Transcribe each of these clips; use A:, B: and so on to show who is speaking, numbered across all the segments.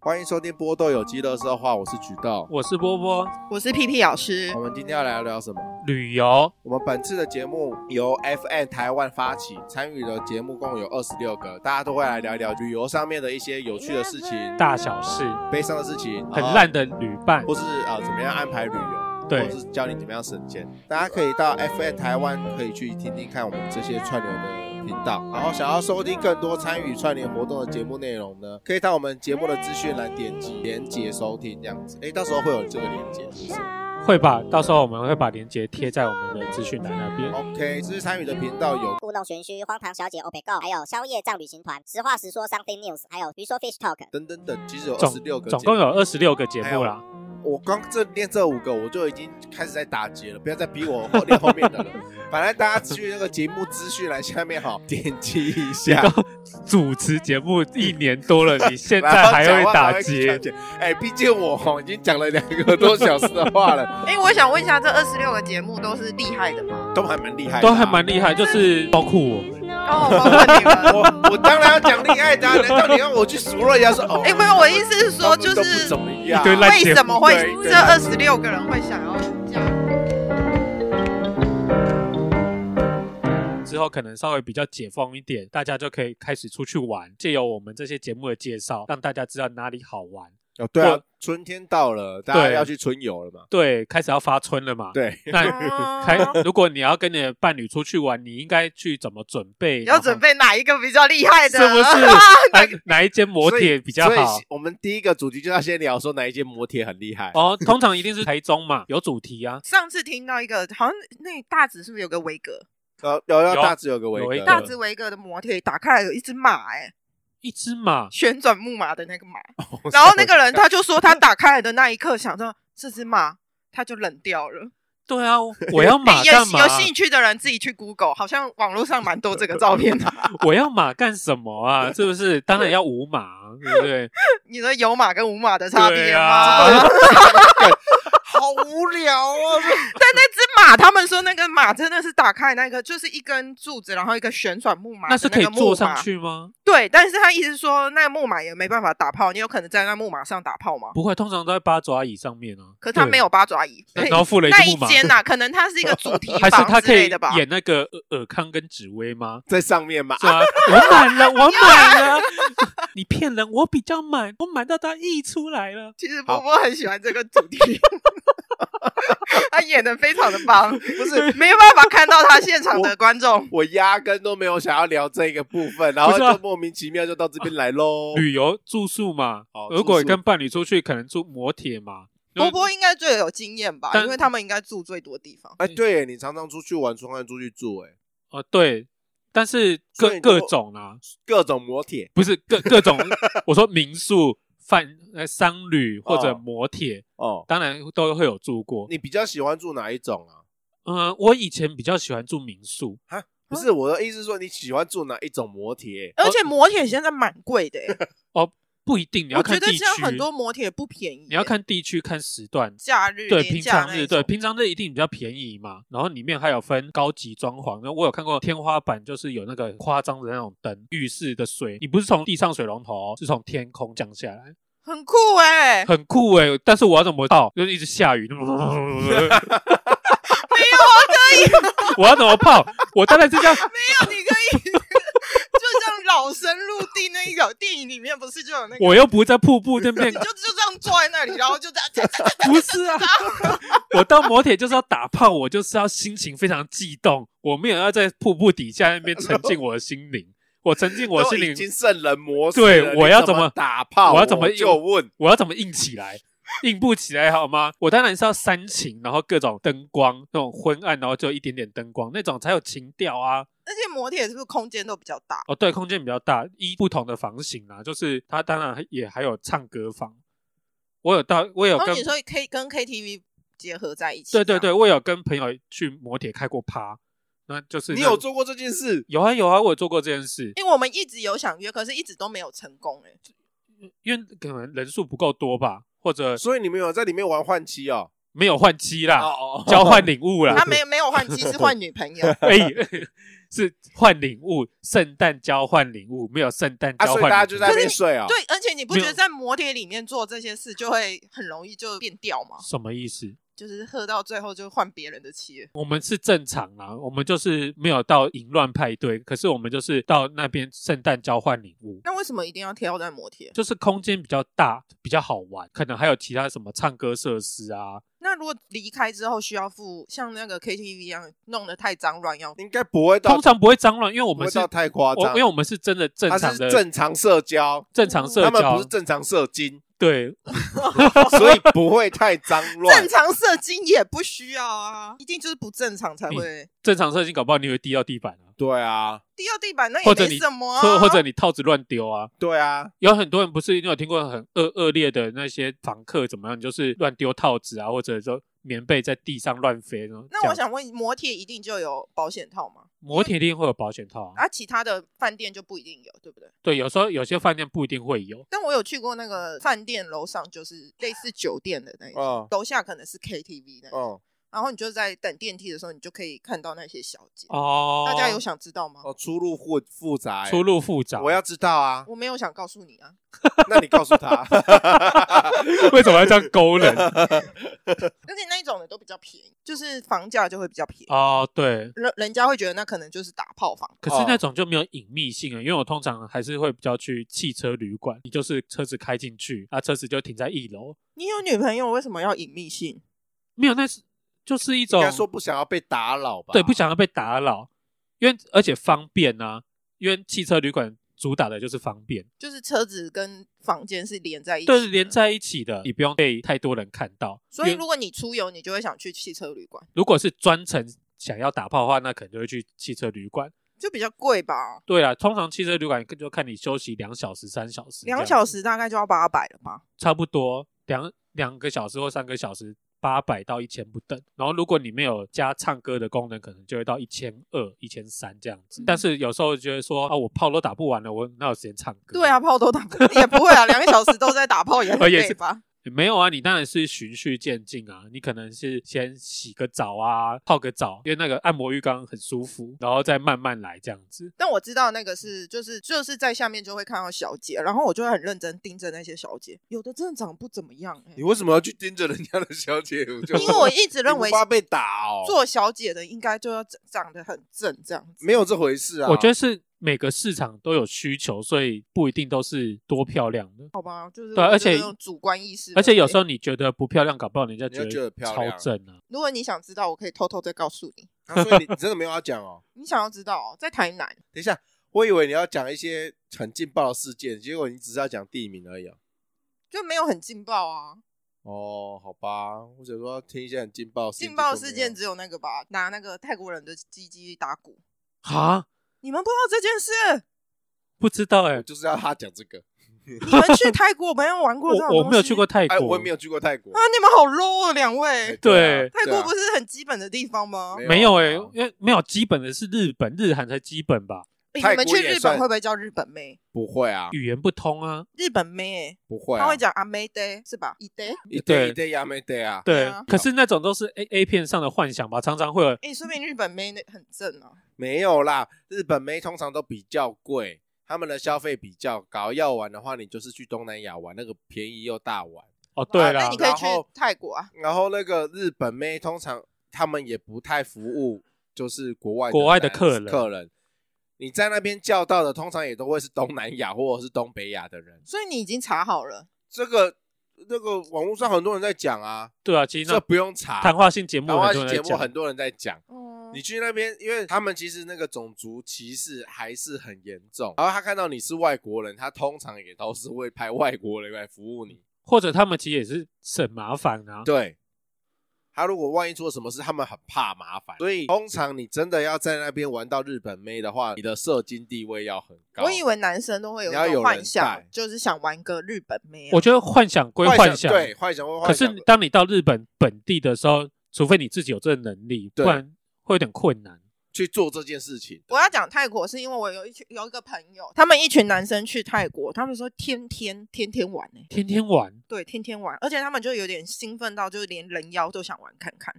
A: 欢迎收听波豆有机乐色话，我是菊豆。
B: 我是波波，
C: 我是屁屁老师
A: 我，们今天要来聊什么？
B: 旅游
A: 我们本次的节目由 FN 台湾发起，参与的节目共有二十六个，大家都会来聊一聊旅游上面的一些有趣的事情、
B: 大小事，
A: 悲伤的事情，
B: 很
A: 啊
B: 烂的旅伴，
A: 或是啊、呃怎么样安排旅游，
B: 对
A: 或是教你怎么样省钱。大家可以到 FN 台湾可以去听听看我们这些串流的频道。然后想要收听更多参与串联活动的节目内容呢，可以到我们节目的资讯栏点击连接收听这样子。诶，到时候会有这个连接，是不是
B: 会把到时候我们会把链接贴在我们的资讯栏那边。
A: ？OK，这是参与的频道有
D: 故弄玄虚、荒唐小姐 o p e Go，还有宵夜账旅行团、实话实说 Something News，还有鱼说 Fish Talk。
A: 等等等，其实有二
B: 总
A: 十六个节
B: 总
A: 目，哎
B: 共有二十六个节目啦，
A: 我刚这念这五个，我就已经开始在打结了，不要再逼我后念后面 的了。反正大家去那个节目资讯栏下面好点击一下，
B: 主持节目一年多了，你现
A: 然
B: 在
A: 后
B: 还
A: 讲
B: 会
A: 话
B: 打
A: 还
B: 结？
A: 结。哎、毕竟我吼已经讲了两个多小时的话了，
C: 哎、我想问一下，这二十六个节目都是厉害的吗？
A: 都还蛮厉害的啊、
B: 都还蛮厉害，就是包括我们，
C: 哦，我问你 们，
A: 我我当然要讲厉害的、啊，难道你要我去数落人家说哦？
C: 哎、没有，我意思是
A: 他
C: 说，
A: 们
C: 就
A: 都不
C: 是
A: 怎么样
B: 一。堆烂
C: 为什么会
A: 对对
C: 这二十六个人会想要这样？
B: 之后可能稍微比较解放一点，大家就可以开始出去玩，借由我们这些节目的介绍，让大家知道哪里好玩。
A: 哦，对啊
B: 我，
A: 春天到了，大家
B: 对
A: 要去春游了嘛？
B: 对，开始要发春了嘛？，
A: 对，
B: 那
C: 哦
B: 开，如果你要跟你的伴侣出去玩，你应该去怎么准备？
C: 你要
B: 然后
C: 准备哪一个比较厉害的？
B: 是不 是哪哪一间磨
A: 所以
B: 铁比较
A: 所以
B: 好？
A: 我们第一个主题就是要先聊说哪一间摩铁很厉害。
B: 哦，通常一定是台中嘛，有主题啊。
C: 上次听到一个，好像那大直是不是有个维格？
A: 呃，有要
B: 有啊
A: 大致有个维
B: 有一
A: 格，
B: 个
C: 大直维格的摩铁打开来有一只马、哎，
B: 一只马，
C: 旋转木马的那个马。然后那个人他就说，他打开来的那一刻，想到这只马，他就冷掉了。
B: 对 啊，我要马
C: 有
B: 干嘛？
C: 有兴趣的人自己去 Google，好像网络上蛮多这个照片的。
B: 我要马干什么 啊？是不是？当然要无马啊，对不对？
C: 你说有马跟无马的差
B: 对
C: 别吗？
B: 啊
A: 好无聊哦，
C: 但那只马，他们说那个马真的是打开那个，就是一根柱子，然后一个旋转木马，
B: 那是可以坐上。去吗？
C: 对，但是他意思是说，那个木马也没办法打炮，你有可能在那木马上打炮吗？
B: 不会，通常都在八爪椅上面啊。
C: 可是他
B: 对
C: 没有，八爪椅，
B: 然后附了一
C: 嗯那
B: 只
C: 一
B: 木马，
C: 间呐、可能它是一个主题
B: 还是
C: 房
B: 他
C: 之
B: 可以
C: 类的吧。
B: 演 那个尔尔康跟紫薇吗？
A: 在上面 嘛，
B: 是吧？啊我满了，我满了，你骗人，我比较满，我满到它溢出来了。
C: 其实波波很喜欢这个主 题，他演的非常的棒，
A: 不是
C: 没有办法看到他现场的观众。
A: 我压根都没有想要聊这个部分，然后
B: 不是啊
A: 就莫名其妙就到这边来喽。
B: 旅游住宿嘛
A: 哦，
B: 如果
A: 住宿
B: 跟伴侣出去，可能住摩铁嘛。
C: 波波应该最有经验吧，
B: 但
C: 因为他们应该住最多地方。
A: 哎，对耶，你常常出去玩，常常出去住，哎，
B: 哦，对，但是
A: 所以
B: 各
A: 你如果
B: 各种啊，
A: 各种摩铁，
B: 不是各各 种，我说民宿、饭、呃商旅或者摩铁，
A: 哦，
B: 当然都会有住过。
A: 你比较喜欢住哪一种啊？
B: 嗯，我以前比较喜欢住民宿，
A: 不是我的意思，是说你喜欢住哪一种摩铁？
B: 哦
C: 而且摩铁现在蛮 贵的、欸，
B: 不一定你要
C: 我觉
B: 看
C: 得
B: 地
C: 现
B: 区
C: 在，很多摩铁不便宜、
B: 你要看地区、看时段。
C: 假日、
B: 对，
C: 廉
B: 平
C: 价
B: 常
C: 那
B: 日
C: 一
B: 对
C: 种
B: 平常日一定比较便宜嘛，然后里面还有分高级装潢，然后我有看过天花板就是有那个很夸张的那种灯，浴室的水你不是从地上水龙头哦，是从天空降下来，
C: 很酷哎、
B: 很酷哎、但是我要怎么泡？就是一直下 雨，没有我
C: 啊
B: 可以， 我要怎么泡？我当然是这样，
C: 没有你可以 就像老生入地那一种电影里面不是就有那个，
B: 我又不是在瀑布对面
C: 你，就就这样坐在那里，然后就这样。
B: 不是啊， 我到摩铁就是要打泡，我就是要心情非常悸动，我没有要在瀑布底下那边沉浸我的心灵，我沉浸我的
A: 都
B: 心灵
A: 已，经圣人模式
B: 对
A: 了，你
B: 我要
A: 怎
B: 怎么
A: 打炮？
B: 我要怎么
A: 就问？
B: 我要怎么硬起来？硬不起来好吗？我当然是要煽情，然后各种灯光，那种昏暗，然后就一点点灯光，那种才有情调啊。
C: 那些摩铁是不是空间都比较大？
B: 哦，对，空间比较大，依不同的房型啊，就是它当然也还有唱歌房。我有到，我有
C: 然后
B: 跟
C: 哦你说啊 K 跟 KTV 结合在一起，
B: 对对对，，我有跟朋友去摩铁开过趴，那就是
A: 你
B: 那
A: 有做过这件事？
B: 有啊有啊，我有做过这件事，
C: 因为我们一直有想约，可是一直都没有成功哎、
B: 因为可能人数不够多吧，或者
A: 所以你们有在里面玩换妻哦？
B: 没有换妻啦，
A: 哦
B: 交换礼物啦
C: 他，没没有换 妻，是换女朋友。
B: 哎， 是换礼物，圣诞交换礼物，没有圣诞
A: 啊，
B: 交
A: 所以
B: 换礼物，
A: 啊大家就在那边睡啊？
C: 对，而且你不
B: 没
C: 觉
B: 有
C: 得在摩铁里面做这些事就会很容易就变调吗？
B: 什么意思？
C: 就是喝到最后就换别人的气了。
B: 我们是正常啦，我们就是没有到淫乱派对，可是我们就是到那边圣诞交换礼物。
C: 那为什么一定要挑在摩铁？
B: 就是空间比较大，比较好玩，可能还有其他什么唱歌设施啊，
C: 那如果离开之后需要付，像那个 KTV 一样弄得太脏乱 要，
A: 应该不会到
B: 通常不会脏乱，因为我
A: 不
B: 们
A: 会
B: 是
A: 到太夸
B: 我
A: 张，
B: 因为我们是真的正
A: 他
B: 常
A: 是
B: 的
A: 正常社交，
B: 正常社
A: 他们
B: 交
A: 不是，正常社经，
B: 对，
A: 所以不会太脏乱
C: 正。常射精也不需要啊，一定就是不正常
B: 嗯
C: 才会
B: 正常社经搞不好你会滴到地板啊，
A: 对啊，
C: 滴到地板，那也
B: 或者你
C: 没什么、
B: 或
C: 啊，
B: 或者你套子乱丢啊。
A: 对啊，
B: 有很多人不是你有听过很恶恶劣的那些房客怎么样，就是乱丢套子啊，或者说棉被在地上乱飞那种。
C: 那我
B: 这样
C: 想问，摩铁一定就有保险套吗？
B: 摩铁一定会有保险套啊，
C: 啊，其他的饭店就不一定有，对不对？
B: 对，有时候有些饭店不一定会有。
C: 但我有去过那个饭店楼上，就是类似酒店的那
B: 哦
C: 一种，
A: 嗯
C: 楼下可能是 KTV 那一种，
A: 哦
C: 然后你就在等电梯的时候，你就可以看到那些小姐。
B: 哦，
C: 大家有想知道吗？
A: 哦，出入复复杂欸，
B: 出入复杂，
A: 我要知道啊，
C: 我没有想告诉你啊，
A: 那你告诉 他，
B: 为什么要这样勾人？
C: 而且那一种的都比较便宜，就是房价就会比较便宜，
B: 哦，对，
C: 人人家会觉得那可能就是打炮房。
B: 可是那种就没有隐秘性了，因为我通常还是会比较去汽车旅馆，你就是车子开进去，啊，车子就停在一楼，
C: 你有女朋友为什么要隐秘性？
B: 没有，那是就是一
A: 应
B: 种
A: 该说不想要被打扰吧？
B: 对不想要被打扰，因为而且方便啊，因为汽车旅馆主打的就是方便，
C: 就是车子跟房间是连在一起，
B: 对，连。在一起的，你不用被太多人看到。
C: 所以
B: 因为
C: 如果你出游，你就会想去汽车旅馆，
B: 如果是专程想要打炮的话，那可能就会去汽车旅馆。
C: 就比较贵吧，
B: 对啊，通常汽车旅馆就看你休息两小时、三小时这样，
C: 两小时大概就要八百了吧。
B: 差不多两两个小时或三个小时，八百到一千不等。然后如果你没有加唱歌的功能，可能就会到一千二、一千三这样子。
C: 嗯
B: 但是有时候觉得说啊，我炮都打不完了，我哪有时间唱歌？
C: 对，啊，炮都打不也不会啊，两个小时都在打 炮也很
B: 而且
C: 累
B: 哦是
C: 吧？
B: 没有啊，你当然是循序渐进啊。你可能是先洗个澡啊，泡个澡，因为那个按摩浴缸很舒服，然后再慢慢来这样子。
C: 但我知道那个是就是就是在下面就会看到小姐，然后我就会很认真盯着那些小姐，有的真的长得不怎么样、欸
A: 你，为什么要去盯着人家的小姐？我就
C: 因为我一直认为
A: 你不怕被打哦，
C: 做小姐的应该就要长长得很正这样子。
A: 没有这回事啊。
B: 我觉得是每个市场都有需求，所以不一定都是多漂亮的。
C: 好
A: 嗯
C: 吧，哦就是
B: 对啊
C: 我
B: 而
C: 觉得
B: 且
C: 用主观意识分类，
B: 而且有时候你觉得不漂亮，搞不好人家
A: 人家
B: 觉
A: 觉得
B: 得
A: 漂
B: 超
A: 亮
B: 正啊。
C: 如果你想知道，我可以偷偷再告诉你。
A: 啊所以你你真的没有要讲哦。
C: 你想要知道哦，在台南，
A: 等一下，我以为你要讲一些很劲爆的事件，结果你只是要讲地名而已、啊。
C: 就没有很劲爆啊，
A: 哦，好吧，我想说要听一些很劲爆的事件
C: 劲爆事件
A: 结
C: 只有那个吧，拿那个泰国人的鸡鸡打鼓，
B: 啊，
C: 你们不知道这件事。
B: 不知道哎、
A: 果没有我就是要他讲这个。
C: 你们去泰国没有玩过这种
B: 我我没有去过
C: 东
B: 泰国，
A: 哎，我也没有去过泰国
C: 西啊，，你们好 low 啊，两位
A: 哎。 对啊
B: 对
C: 泰国不
A: 对啊
C: 是很基本的地方吗？
A: 没
B: 没有哎、
A: 啊
B: 因为没有基本的是日本，日韩才基本吧，
C: 哎
A: 泰国
C: 你们去
A: 也
C: 日
A: 算
C: 本会不会叫日本妹？
A: 不会啊，
B: 语言不通啊。
C: 日本妹，
A: 不会、啊，
C: 她会讲阿妹的，是吧？一的，
A: 一对
B: 对
A: 一对呀，没对啊，
B: 对，
C: 对啊
B: 可是那种都是 A A 片上的幻想吧，常常会有
C: 哎，说明日本妹那很正啊。
A: 没有啦。日本妹通常都比较贵，他们的消费比较高。要玩的话，你就是去东南亚玩，那个便宜又大碗。
B: 哦，对
C: 啊那
B: 啦
C: 你，可以去
A: 然后
C: 泰国啊。
A: 然后那个日本妹通常他们也不太服务，就是国外
B: 国外的
A: 男
B: 客人
A: 客人，你在那边叫到的通常也都会是东南亚或者是东北亚的人。
C: 所以你已经查好了，
A: 这个那个网络上很多人在讲啊，
B: 对啊，其实
A: 这
B: 那
A: 不用查。
B: 谈话性节目
A: 谈话
B: 很
A: 性
B: 多人
A: 节
B: 在
A: 目
B: 讲，
A: 很多人在讲，
B: 嗯
C: 哦
A: 你去那边，因为他们其实那个种族歧视还是很严重。然后他看到你是外国人，他通常也都是会派外国人来服务你。
B: 或者他们其实也是省麻烦啊。
A: 对，他如果万一出了什么事，他们很怕麻烦，所以通常你真的要在那边玩到日本妹的话，你的社经地位要很高。
C: 我以为男生都会有
A: 你要
C: 一
A: 有
C: 种
A: 人
C: 幻想
A: 带，
C: 就是想玩个日本妹啊。
B: 我觉得幻想归
A: 幻
B: 幻
A: 对幻想会
B: 可
A: 幻想，
B: 是当你到日本本地的时候，除非你自己有这个能力，不
A: 对
B: 然会有点困难。
A: 去做这件事情，
C: 我要讲泰国，是因为我有一群有一个朋友，他们一群男生去泰国，他们说天天天天玩呢、
B: 天天玩，
C: 对，天天玩，而且他们就有点兴奋到，就是连人妖都想玩看看，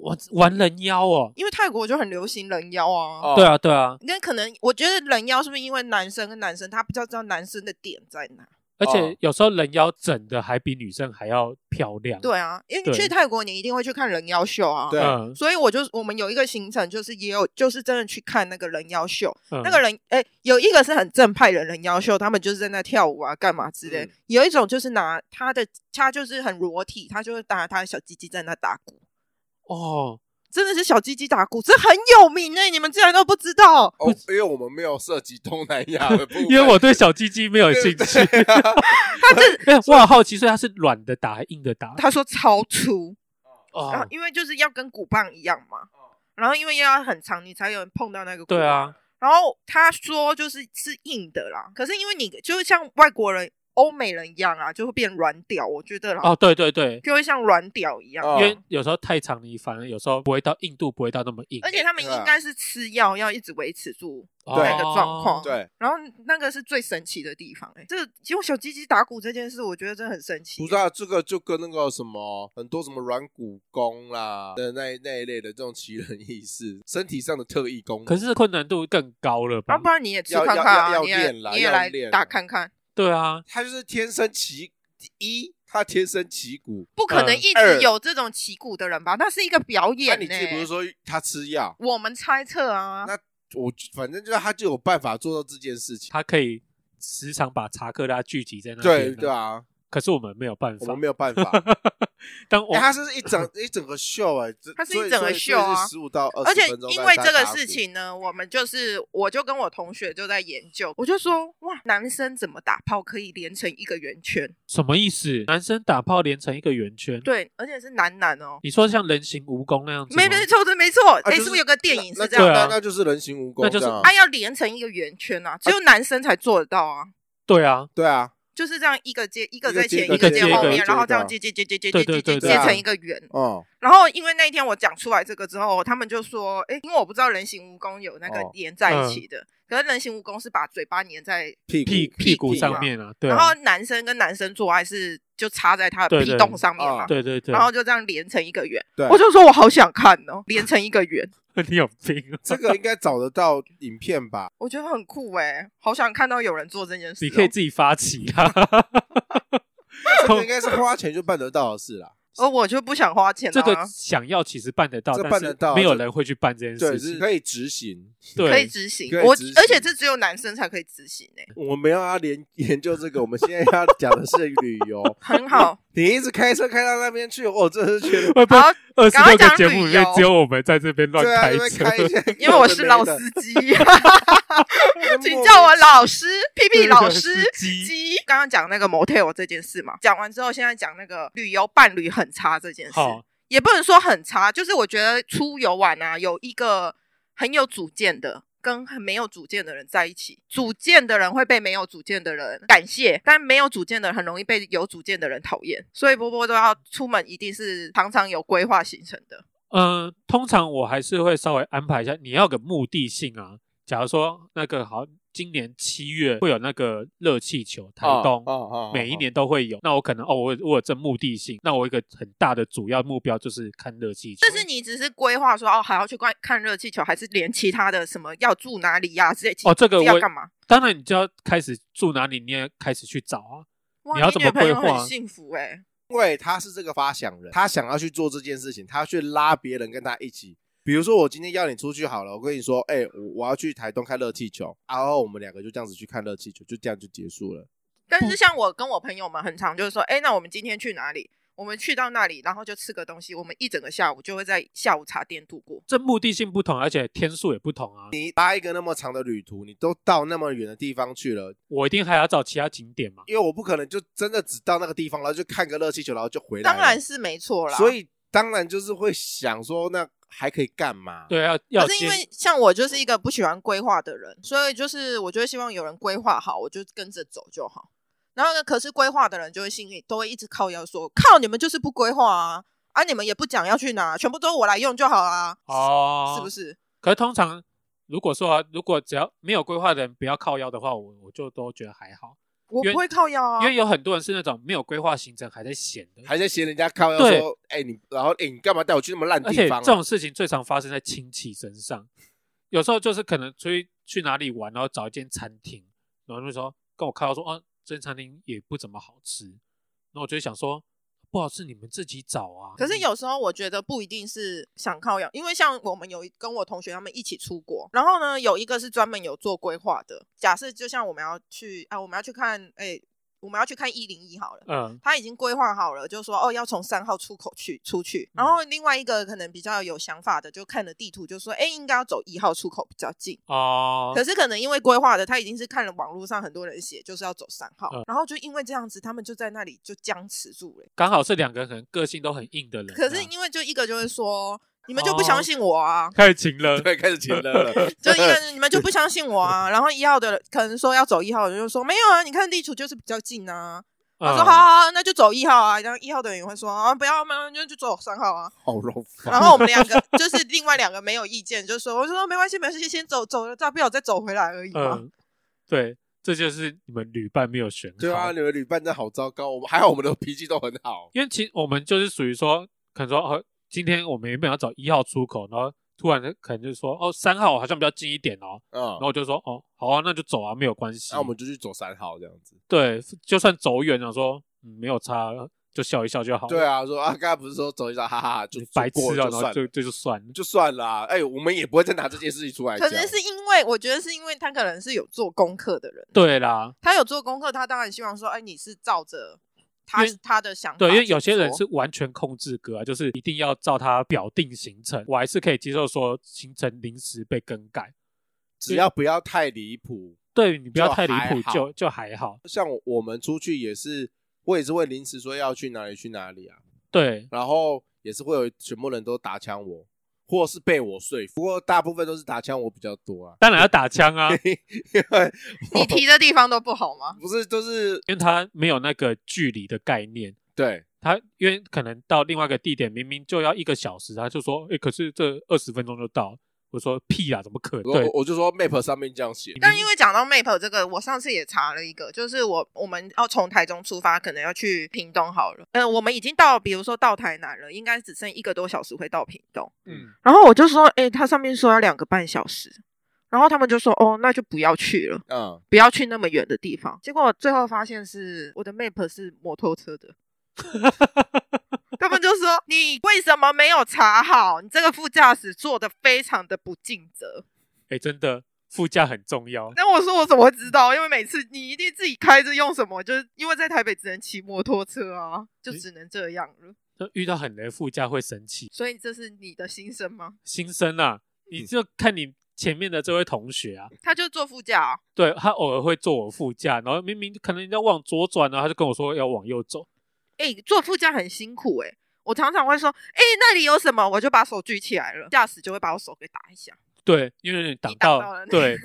B: 我玩人妖哦。
C: 因为泰国就很流行人妖啊。
A: 哦
B: 对啊，对啊，
C: 那可能我觉得人妖是不是因为男生跟男生他比较知道男生的点在哪？
B: 而
A: 哦
B: 且有时候人妖整的还比女生还要漂亮。
C: 对啊，因为
B: 对
C: 去泰国你一定会去看人妖秀啊。
A: 对
B: 嗯，
C: 所以我就我们有一个行程，就是也有就是真的去看那个人妖秀，
B: 嗯
C: 那个人哎、有一个是很正派的人妖秀，他们就是在那跳舞啊，干嘛之类。
A: 嗯
C: 有一种就是拿他的，他就是很裸体，他就会拿他的小鸡鸡在那打鼓，
B: 哦，
C: 真的是小鸡鸡打鼓，这很有名哎、你们竟然都不知道？
A: 哦，因为我们没有涉及东南亚的部分，
B: 因为我对小鸡鸡没有兴趣，
A: 对啊
B: 没有我好好奇，所以它是软的打还是硬的打？
C: 他说超粗，然后
B: 哦，
C: 因为就是要跟鼓棒一样嘛，然后因为要很长，你才有人碰到那个鼓。
B: 对。啊，
C: 然后他说就是是硬的啦，可是因为你就是像外国人、欧美人一样啊，就会变软屌，我觉得啦，
B: 哦，对对对，
C: 就会像软屌一样。
A: 哦
B: 因为有时候太长，你反而有时候不会到硬度不会到那么硬，
C: 而且他们
A: 对啊
C: 应该是吃药，要一直维持住
B: 哦
C: 那个状况。
A: 对，
C: 然后那个是最神奇的地方、欸，哎，这个用小鸡鸡打鼓这件事，我觉得真的很神 奇
A: 不。知道这个就跟那个什么很多什么软骨功啦的那一那一类的这种奇人异事，身体上的特异功能。
B: 可是困难度更高了
C: 要、
B: 吧
C: 啊不？然你也吃
A: 要
C: 看看
A: 要
C: 啊，
A: 要
C: 你也
A: 练啦
C: 你也
A: 要
C: 来
A: 练啦
C: 打看看，
B: 对啊，
A: 他就是天生奇一，他天生奇骨。
C: 不可能
B: 嗯
C: 一
A: 二
C: 直有这种旗鼓的人吧？那是一个表
A: 那、
C: 演
A: 你
C: 呢、
A: 自己不是说他吃药？
C: 我们猜测啊
A: 那，我反正就是他就有办法做到这件事情。
B: 他可以时常把查克拉聚集在那
A: 对
B: 边啊，
A: 对啊，
B: 可是我们没有办
A: 我
B: 法
A: 们，没有办法。
B: 当我
A: 哎、他是一整一整个秀哎、 这
C: 它是一整个秀啊
A: 十五到二
C: 而且
A: 十分钟。
C: 因为这个事，情呢，我们就是我就跟我同学就在研究，我就说哇，男生怎么打炮可以连成一个圆圈？
B: 什么意思？男生打炮连成一个圆圈，
C: 对，而且是男男哦，
B: 你说像人形蜈蚣那样子吗，
C: 没没错，对，没错。
A: 啊
C: 哎、
A: 就是
C: 不是有个电影
A: 那
C: 是这样哎啊
A: 那
B: 对啊
A: 那那就是人形蜈蚣，
B: 那就是
A: 这样
C: 它要连成一个圆圈啊，只有男生才做得到啊，
B: 对啊，
A: 对啊，
C: 就是这样一个接一个
A: 一个
C: 在前，
A: 接
B: 一个
C: 个
B: 接一
C: 后
B: 个
C: 面，
A: 接
C: 然后
A: 一个
C: 这样接接接接接
B: 对
C: 接
B: 对
C: 接
B: 对
C: 接
A: 对
C: 接
A: 啊
C: 成一个圆。
A: 哦、
C: 然后因为那一天我讲出来这个之后，他们就说，哎，因为我不知道人形蜈蚣有那个
A: 哦
C: 连在
B: 嗯
C: 一起的，可是人形蜈蚣是把嘴巴粘在，
A: 屁股
B: 屁
C: 屁股
B: 股上
C: 嘛
B: 面啊，对
C: 然
B: 啊
C: 后，男生跟男生做爱是就插在他的
B: 对
C: 屁
B: 对
C: 洞上面嘛
A: 啊，
B: 对对对，
C: 然后就这样连成一个圆。
A: 对，
C: 我就说我好想看哦，连成一个圆。
B: 你有病啊，
A: 这个应该找得到影片吧？
C: 我觉得很酷哎、好想看到有人做这件事、
B: 你可以，自己发起 啊，
A: 这个应该是花钱就办得到的事啦。
C: 而哦我就不想花钱、啊。
B: 这个想要其实办得到，
A: 这
B: 但
A: 办
B: 是
A: 得到
B: 没有
A: 这
B: 人会去办这件
A: 对，
B: 事
A: 是
B: 情，
A: 可以执行。
B: 对，
C: 可以执行
A: 可，以
C: 我
A: 执行
C: 而且这只有男生才可以执行 哎、
A: 我们要研研究这个，我们现在要讲的是旅游。
C: 很好。
A: 你一直开车开到那边去，我真的是觉得。
B: 会不会
C: 好，
B: 二十
C: 赶快
B: 六个
C: 讲
B: 节
C: 旅
B: 目里面
C: 游
B: 只有我们在这边乱
A: 对啊，
B: 开
A: 因为
B: 车？
A: 开 一些有的没的，
C: 因为我是 老司机，啊请叫我老师屁屁老师
B: 鸡
C: 鸡。刚刚讲那个 motel 这件事嘛，讲完之后，现在讲那个旅游伴侣很差这件事，
B: 好，
C: 也不能说很差，就是我觉得出游玩啊，有一个很有主见的。跟很没有主见的人在一起，主见的人会被没有主见的人感谢，但没有主见的人很容易被有主见的人讨厌。所以波波都要出门，一定是常常有规划行程的。
B: 嗯，通常我还是会稍微安排一下，你要有个目的性啊。假如说那个好，今年七月会有那个热气球台东，
A: 哦
B: 每一年都会有。那我可能哦，我有我有这目的性，那我有一个很大的主要目标就是看热气球。
C: 但是你只是规划说哦，还要去看看热气球，还是连其他的什么要住哪里呀、之类？
B: 哦这个
C: 要
B: 我
C: 干嘛？
B: 当然你就要开始住哪里，你也开始去找啊。
C: 哇，
B: 你要怎么
C: 女朋友
B: 规划啊
C: 很幸福哎、
A: 因为他是这个发想人，他想要去做这件事情，他去拉别人跟他一起。比如说，我今天邀你出去好了，我跟你说，哎、我我要去台东看热气球，然后我们两个就这样子去看热气球，就这样就结束了。
C: 但是像我跟我朋友们，很常就是说，哎，那我们今天去哪里？我们去到那里，然后就吃个东西，我们一整个下午就会在下午茶店度过。
B: 这目的性不同，而且天数也不同啊。
A: 你搭一个那么长的旅途，你都到那么远的地方去了，
B: 我一定还要找其他景点嘛。
A: 因为我不可能就真的只到那个地方，然后就看个热气球，然后就回来
C: 当
A: 了。
C: 然是没错啦，
A: 所以当然就是会想说，那还可以干嘛？
B: 对，要要
C: 可是
B: 先
C: 因为像我就是一个不喜欢规划的人，所以就是我就会希望有人规划好，我就跟着走就好。然后呢，可是规划的人就会心里都会一直靠腰说，靠你们就是不规划啊，啊你们也不讲要去哪，全部都我来用就好啦，
B: 哦，
C: 是不是？
B: 可是通常如果说啊、如果只要没有规划的人不要靠腰的话，我我就都觉得还好，
C: 我
B: 因为
C: 不会靠腰啊
B: 因，为有很多人是那种没有规划行程还在闲的，
A: 还在嫌人家靠要
B: 对
A: 说，哎、你然后哎、你干嘛带我去那么烂
B: 而且
A: 地方、
B: 这
A: 啊？
B: 种事情最常发生在亲戚身上，有时候就是可能出去去哪里玩，然后找一间餐厅，然后就说跟我靠腰说啊，这间餐厅也不怎么好吃。那我就想说，不好吃你们自己找啊。
C: 可是有时候我觉得不一定是想靠养，因为像我们有一跟我同学他们一起出国，然后呢有一个是专门有做规划的。假设就像我们要去啊，我们要去看，哎、我们要去看一零一好了。
B: 嗯
C: 他已经规划好了，就说哦要从三号出口去出去，然后另外一个可能比较有想法的，就看了地图就说，哎，应该要走一号出口比较近。
B: 哦，
C: 可是可能因为规划的，他已经是看了网络上很多人写，就是要走三号，然后就因为这样子，他们就在那里就僵持住了。
B: 刚好是两个可能个性都很硬的人啊这
C: 可
B: 样。哦
C: 是因为就一个就会说，你们就不相信我 啊，
B: 太勤了，
A: 对，开始请了 了。
C: 就一个你们就不相信我啊。然后一号的可能说要走一号，我就说没有啊，你看地图就是比较近啊。我说
B: 嗯
C: 好好好，那就走一号啊。然后一号的人也会说啊，不要嘛，那就走三 号啊。
A: 好肉烦。
C: 然后我们两个就是另外两个没有意见，就说我说没关系，没关系，先走走了，大不了再走回来而已嘛。
B: 嗯，对，这就是你们旅伴没有选好。
A: 对啊，你们旅伴真的好糟糕。我们还好，我们的脾气都很好。
B: 因为其实我们就是属于说，可能说哦，今天我们原本要找一号出口，然后突然可能就说哦，三号好像比较近一点哦，
A: 嗯
B: 然后，我就说哦，好啊，那就走啊，没有关系。
A: 那我们就去走三号这样子。
B: 对，就算走远了，说、嗯、没有差，就笑一笑就好了。
A: 对啊，说啊，刚才不是说走一走，哈哈哈，就
B: 你白痴
A: 过
B: 啊，
A: 了
B: 然
A: 就
B: 后
A: 算
B: 就
A: 了，
B: 这就算了。
A: 就算了啊。哎，我们也不会再拿这件事情出来
C: 可
A: 讲。
C: 能是因为我觉得是因为他可能是有做功课的人，
B: 对啦，
C: 他有做功课，他当然希望说，哎，你是照着他
B: 因为
C: 他的想法去做。
A: 啊
B: 对，因为有些人是完全控制哥啊，就是一定要照他表定行程，我还是可以接受说行程临时被更改。
A: 只要不要太离谱。
B: 对你不要
A: 就
B: 太离
A: 还
B: 谱，
A: 好
B: 就就还好。
A: 像我们出去也是，我也是会临时说要去哪里去哪里啊。
B: 对，
A: 然后也是会有全部人都打枪我，或是被我说服。不过大部分都是打枪我比较多啊，
B: 当然要打 枪啊，
A: 因为
C: 你提的地方都不好吗？
A: 不是都是
B: 因为他没有那个距离的概念。
A: 对
B: 他因为可能到另外一个地点，明明就要一个小时，他就说：“哎、可是这二十分钟就到。”我说：“屁啦，怎么可能？”
A: 我
B: 对，
A: 我就说 map 上面这样写，
C: 但因为讲到 Map 这个，我上次也查了一个，就是我我们要从台中出发，可能要去屏东好了。呃，我们已经到，比如说到台南了，应该只剩一个多小时会到屏东。
B: 嗯，
C: 然后我就说，哎、它上面说要两个半小时，然后他们就说，哦，那就不要去了，
A: 嗯，
C: 不要去那么远的地方。结果最后发现是我的 Map 是摩托车的。
A: 嗯
C: 他们就说：“你为什么没有查好？你这个副驾驶做的非常的不尽责。”
B: 哎、真的副驾很重要。
C: 那我说我怎么会知道？因为每次你一定自己开着用什么，就是因为在台北只能骑摩托车啊，就只能这样了。
B: 那遇到很雷副驾会生气，
C: 所以这是你的心声吗？
B: 新生啊，
A: 嗯
B: 你就看你前面的这位同学啊，
C: 他就坐副驾、啊，
B: 对他偶尔会坐我副驾，然后明明可能人家往左转啊呢、他就跟我说要往右走。
C: 哎、坐副驾很辛苦哎、我常常会说，哎、那里有什么？我就把手举起来了，驾驶就会把我手给打一下。
B: 对，因为你挡
C: 你挡
B: 到，
C: 到了
B: 对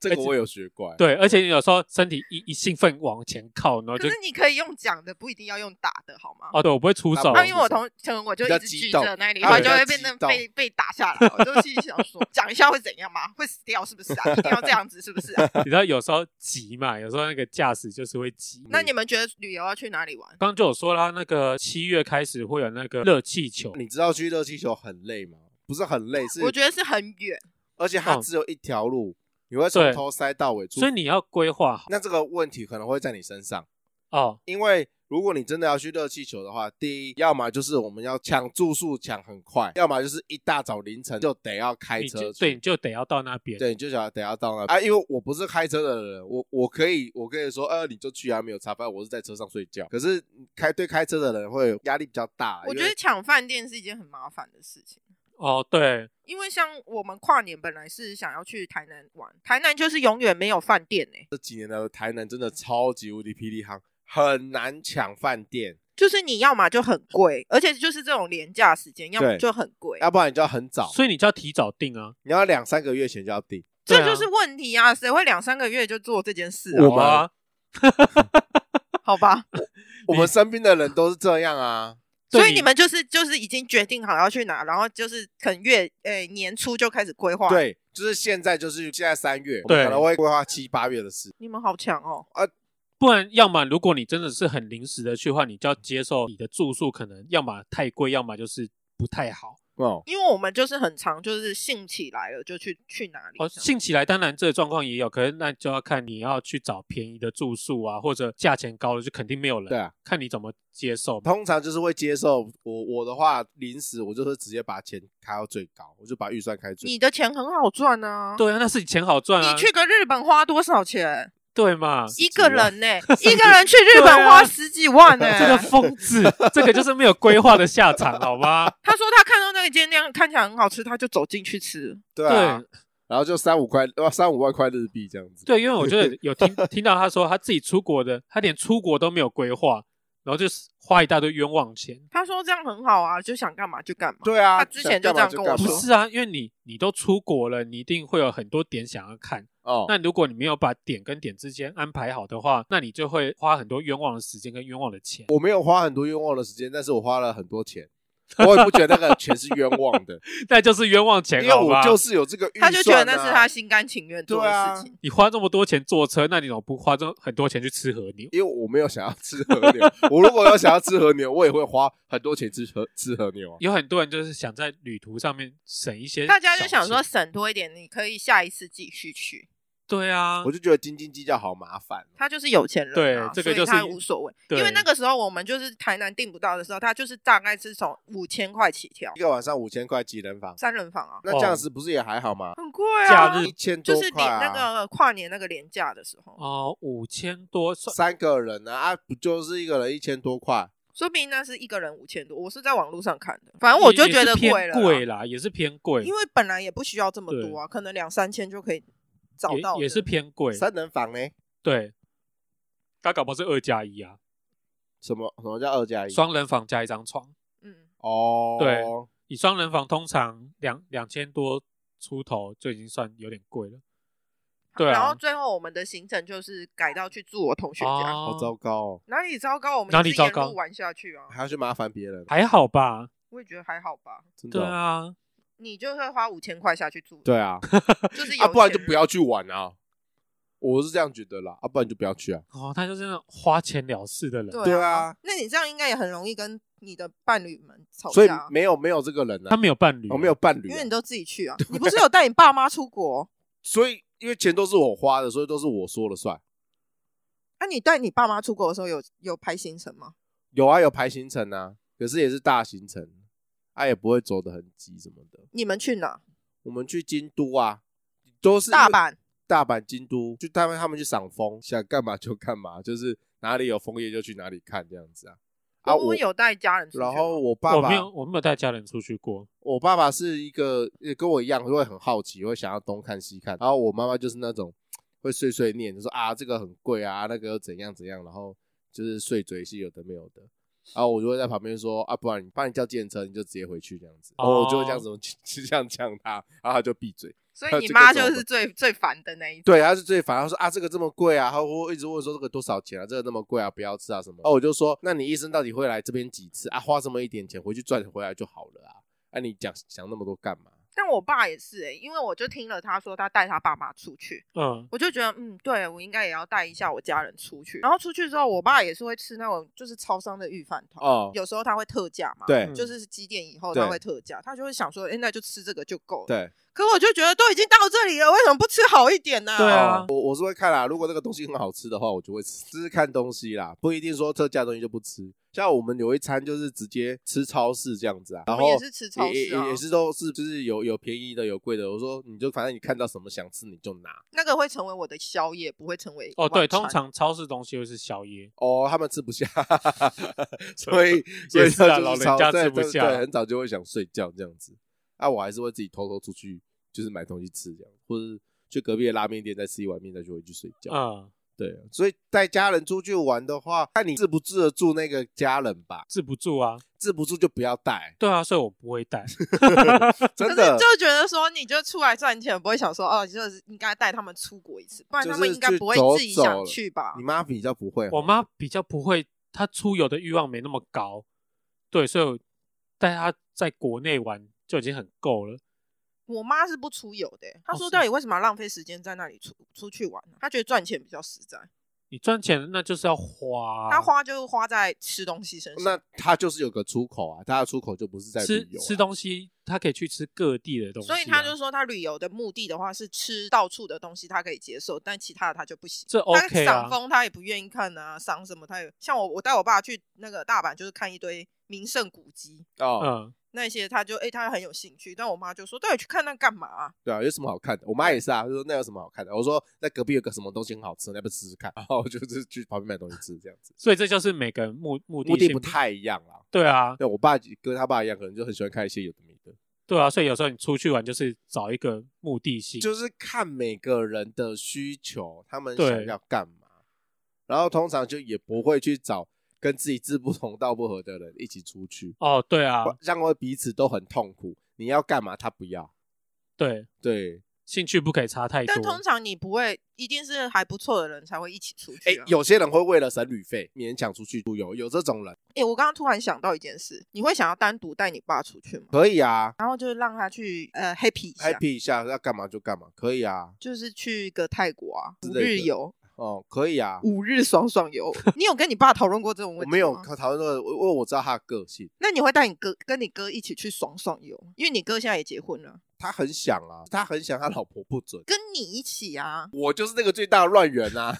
A: 这个我有学过，
B: 对，而且你有时候身体一一兴奋往前靠，
A: 哦
B: 然后
C: 可
B: 就是
C: 你可以用讲的，不一定要用打的，好吗？
B: 哦，对我不会出手，
C: 啊，因为我同可能我就
A: 比较
C: 一直
A: 激
C: 举
A: 动
C: 着那里，
A: 他
C: 然后
A: 比
C: 就
A: 较
C: 会
A: 激
C: 变成
A: 动
C: 被被打下来。我就心里想说，讲一下会怎样吗？会死掉是不是啊？一定要这样子是不是啊？
B: 你知道有时候急嘛，有时候那个驾驶就是会急。
C: 那你们觉得旅游要去哪里玩？
B: 刚刚就有说啦，那个七月开始会有那个热气球，
A: 你知道去热气球很累吗？不是很累，是
C: 我觉得是很远，
A: 而且它
B: 嗯
A: 只有一条路，你会从
B: 对
A: 头塞到尾出
B: 所以。你要规划好
A: 那这个问题可能会在你身上，
B: 哦。
A: 因为如果你真的要去热气球的话，第一，要么就是我们要抢住宿抢很快，要么就是一大早凌晨就得要开
B: 你
A: 车
B: 就
A: 去
B: 对，你就得要到那边。
A: 对，你就想等下到那啊，因为我不是开车的人，我我可以我可以说，呃，你就去啊，没有差，反正我是在车上睡觉。可是开对开车的人会有压力比较大，啊
C: 我
A: 因
C: 觉
A: 为
C: 得抢饭店是一件很麻烦的事情。
B: 哦，对，
C: 因为像我们跨年本来是想要去台南玩，台南就是永远没有饭店欸呢、
A: 这几年的呃台南真的超级无敌霹雳行，很难抢饭店，
C: 就是你要嘛就很贵，而且就是这种廉价时间，要么
A: 对啊
C: 就很贵，
A: 要不然你就要很早，
B: 所以你就要提早定啊。
A: 你要两三个月前就要订。
C: 这
B: 对啊
C: 就是问题啊！谁会两三个月就做这件事
A: 我
C: 啊？
A: 们
B: 啊，
C: 好 吧，
A: 我们身边的人都是这样啊，
B: 对
C: 所以你们就是就是已经决定好要去哪，然后就是可能月诶、年初就开始规划。，
A: 对，就是现在就是现在三月，我们
B: 对
A: 可能会规划七八月的事。
C: 你们好强哦！
B: 不然要么如果你真的是很临时的去的话，你就要接受你的住宿可能要么太贵，要么就是不太好。
A: 哦，
C: 因为我们就是很常就是兴起来了就去去哪里
B: 哦，
C: 这样
B: 兴起来当然这个状况也有，可是那就要看你要去找便宜的住宿啊，或者价钱高的就肯定没有人，
A: 对啊，
B: 看你怎么接受嘛。
A: 通常就是会接受我我的话，临时我就是直接把钱开到最高，我就把预算开最
C: 你的钱很好赚啊，
B: 对啊，那是钱好赚啊，
C: 你去个日本花多少钱？
B: 对嘛？
A: 几
C: 一个
A: 万
C: 人呢、一个人去日本花十几万呢、
B: 这个疯子，这个就是没有规划的下场，好 吗？
C: 他说他看到那个煎酿看起来很好吃，他就走进去吃。
A: 对
B: 对
A: 啊，然后就三五块呃三五万块日币这样子。
B: 对，因为我觉 得有听听到他说他自己出国的，他连出国都没有规划，然后就是花一大堆冤枉钱。
C: 他说这样很好啊，就想干嘛就干嘛。
A: 对啊，
C: 他之前
A: 想
C: 就
A: 干嘛
C: 这样跟我
A: 干
B: 不
A: 嘛
C: 说
B: 是啊，因为你你都出国了，你一定会有很多点想要看。
A: 哦，
B: 那如果你没有把点跟点之间安排好的话，那你就会花很多冤枉的时间跟冤枉的钱。
A: 我没有花很多冤枉的时间，但是我花了很多钱，我也不觉得那个钱是冤枉的，
B: 那就是冤枉钱，
A: 因为我就是是有这个预算、
C: 他
A: 啊，
C: 就觉得那是他心甘情愿做
A: 对啊
C: 的事情。
B: 你花这么多钱坐车，那你怎么不花这很多钱去吃和牛？
A: 因为我没有想要吃和牛，我如果有想要吃和牛，我也会花很多钱吃和吃和牛啊。
B: 有很多人就是想在旅途上面省一些，
C: 大家就想说，省多一点，你可以下一次继续去。
B: 对啊
A: 我，就觉得斤斤计较好麻烦哦、
C: 他就是有钱人、啊，
B: 对这个
C: 所以
B: 就是
C: 他无所谓。因
B: 对
C: 为那个时候我们就是台南订不到的时候，他就是大概是从五千块起跳
A: 一，个晚上五千块几人房，
C: 三人房啊，
A: 那这样子不是也还好吗？
C: 很贵啊。
B: 假日
A: 一千多
C: 就是你
A: 块啊，
C: 那个跨年那个廉价的时候，
B: 哦，五千多算
A: 三个人啊，啊不就是一个人一千多块？
C: 说不定那是一个人五千多，我是在网络上看的，反正我就觉得
B: 也也是
C: 贵
B: 偏
C: 了啦，
B: 贵啦，也是偏贵，
C: 因为本来也不需要这么多啊，可能两三千就可以找到
B: 也也是
C: 的
B: 偏贵，
A: 三人房呢？
B: 对。他搞不好是二加一啊，
A: 什么什么叫二加一？
B: 双人房加一张床。
C: 嗯，
A: 哦，
B: 对以双人房通常两两千多出头就已经算有点贵了。对啊，
C: 然后最后我们的行程就是改到去住我同学家，
B: 哦
A: 好糟糕哦，
C: 哪里糟糕，我们
B: 哪里
C: 就是沿
B: 糟糕
C: 路玩下去啊，
A: 还要去麻烦别人，
B: 还好吧？
C: 我也觉得还好吧。
A: 真的
B: 对
A: 哦、
B: 啊，
C: 你就会花五千块下去住，，
A: 对啊，
C: 就是有、
A: 啊，不然就不。要去玩啊，我是这样觉得啦，啊，不然就不要去啊。
B: 哦，他就是那种花钱了事的人，
C: 对
A: 对啊，
C: 那你这样应该也很容易跟你的伴侣们吵
A: 所以
C: 架，啊
A: 没有没有这个人啊，
B: 他没有伴侣，
A: 我没有，伴侣
C: 哦因
A: 啊、
C: 为你都自己去啊。你不是有带你爸妈出国？
A: 所以因为钱都是我花的，所以都是我说了算。
C: 那、啊你带你爸妈出国的时候有有排行程吗？
A: 有啊，有排行程啊，可是也是大行程，啊也不会走得很急什么的。
C: 你们去哪？
A: 我们去京都啊，都是因为
C: 大阪。
A: 大阪、京都，就他们他们去赏枫，想干嘛就干嘛，就是哪里有枫叶就去哪里看这样子啊。啊，
C: 我
A: 我
C: 们有带家人出去吗，
A: 然后我爸
B: 我
A: 爸
B: 没，有，我没有带家人出去过。
A: 我爸爸是一个也跟我一样会很好奇，会想要东看西看。然后我妈妈就是那种会碎碎念，就说啊这个很贵啊，那个又怎样怎样，然后就是碎嘴是有的没有的。然后我就会在旁边说啊，不然你帮你叫计程车，你就直接回去这样子。然后我就会这样子，
B: 哦
A: 就这样呛他，然后他就闭嘴。
C: 所
A: 还
C: 以
A: 有
C: 你
A: 这个
C: 妈
A: 怎么
C: 就是
A: 办
C: 最最烦的那一种。
A: 对，他是最烦，他说啊这个这么贵啊，他会一直问说这个多少钱啊，这个那么贵啊，不要吃啊什么。然后我就说，那你一生到底会来这边几次啊？花这么一点钱回去赚回来就好了啊，啊你讲想那么多干嘛？
C: 但我爸也是哎、因为我就听了他说他带他爸妈出去，
B: 嗯，
C: 我就觉得嗯，对我应该也要带一下我家人出去。然后出去之后，我爸也是会吃那种就是超商的预饭团，
A: 哦，
C: 有时候他会特价嘛，
A: 对
B: 嗯
C: 就是几点以后
A: 对
C: 他会特价，他就会想说，哎、那就吃这个就够了。
A: 对。
C: 可我就觉得都已经到这里了，为什么不吃好一点呢、
B: 对啊
A: 哦，我我是会看啦。如果那个东西很好吃的话，我就会吃，就是看东西啦，不一定说特价的东西就不吃。像我们有一餐就是直接吃超市这样子啊，然
C: 我们
A: 后
C: 也是吃超
A: 也
C: 市啊
A: 也也是都是就是有有便宜的有贵的。我说你就反正你看到什么想吃你就拿。
C: 那个会成为我的宵夜，不会成为
B: 哦，对，
C: 晚餐
B: 通常超市东西会是宵夜，
A: 哦，他们吃 不下， 所以所
B: 也
A: 以
B: 是啊
A: 就是
B: 老人
A: 超
B: 家
A: 对
B: 吃不
A: 对
B: 下
A: 对，很早就会想睡觉这样子。啊，我还是会自己偷偷出去，就是买东西吃这样，或者去隔壁的拉面店再吃一碗面，再就回去睡觉。
B: 嗯，
A: 对，啊所以带家人出去玩的话，看你治不治得住那个家人吧，
B: 治不住啊。
A: 治不住就不要 带，
B: 对啊，所以我不会 带。
A: 真
C: 可是
A: 的。
C: 就觉得说，你就出来赚钱，不会想说哦，就是应该带他们出国一次，不然
A: 就
C: 他
A: 是
C: 们应该
A: 去
C: 不会
A: 走
C: 自己想
A: 走
C: 去吧
A: 你？妈比较不会，
B: 我妈比较不会，她出游的欲望没那么高，对，所以我带她在国内玩就已经很够了。
C: 我妈是不出游的欸、她
B: 哦
C: 说
B: 是
C: 啊到底为什么要浪费时间在那里出出去玩呢、她觉得赚钱比较实在。
B: 你赚钱那就是要花啊，
C: 他花就花在吃东西身上。
A: 那他就是有个出口啊，他的出口就不是在
B: 吃
A: 旅游啊、
B: 吃东西，他可以去吃各地的东西啊、
C: 所以他就说，他旅游的目的的话是吃到处的东西，他可以接受，但其他的他就不行。
B: 这
C: 他
B: OK 啊
C: 赏枫他也不愿意看啊，赏什么他也像我，我带我爸去那个大阪，就是看一堆名胜古迹
A: 哦，
B: 嗯，
C: 那些，他就哎、他很有兴趣，但我妈就说到底去看那干嘛啊、
A: 对啊，有什么好看的？我妈也是啊，她说那有什么好看的？我说那隔壁有个什么东西很好吃，你要不要试试看？
B: 啊
A: 然后就是 去旁边买东西吃，这样子
B: 所以这就是每个人目目的
A: 目的
B: 性
A: 不太一样啦。
B: 对啊，
A: 对我爸跟他爸一样，可能就很喜欢看一些有的没的，
B: 对啊，所以有时候你出去玩就是找一个目的性，
A: 就是看每个人的需求，他们
B: 对
A: 想要干嘛，然后通常就也不会去找跟自己志不同道不合的人一起出去，
B: 哦，对啊，
A: 让会彼此都很痛苦。你要干嘛，他不要。
B: 对，
A: 对，
B: 兴趣不可以差太多
C: 但。通常你不会，一定是还不错的人才会一起出
A: 哎
C: 去、啊。，
A: 有些人会为了省旅费勉强出去出游，有这种人
C: 哎、我刚刚突然想到一件事，你会想要单独带你爸出去吗？
A: 可以啊
C: 然后就让他去呃 happy 一下，
A: ，happy 一下要干嘛就干嘛，可以啊，
C: 就是去一个泰国啊，
A: 之
C: 五
A: 类的
C: 日游，
A: 哦，可以啊。
C: 五日爽 爽游。你有跟你爸讨论过这种
A: 我
C: 问题？
A: 没有。讨论这个，因为我知道他的个性，
C: 那你会带你哥跟你哥一起去爽爽游？因为你哥现在也结婚了，
A: 他很想啊，他很想他老婆不准，
C: 跟你一起啊，
A: 我就是那个最大的乱源啊。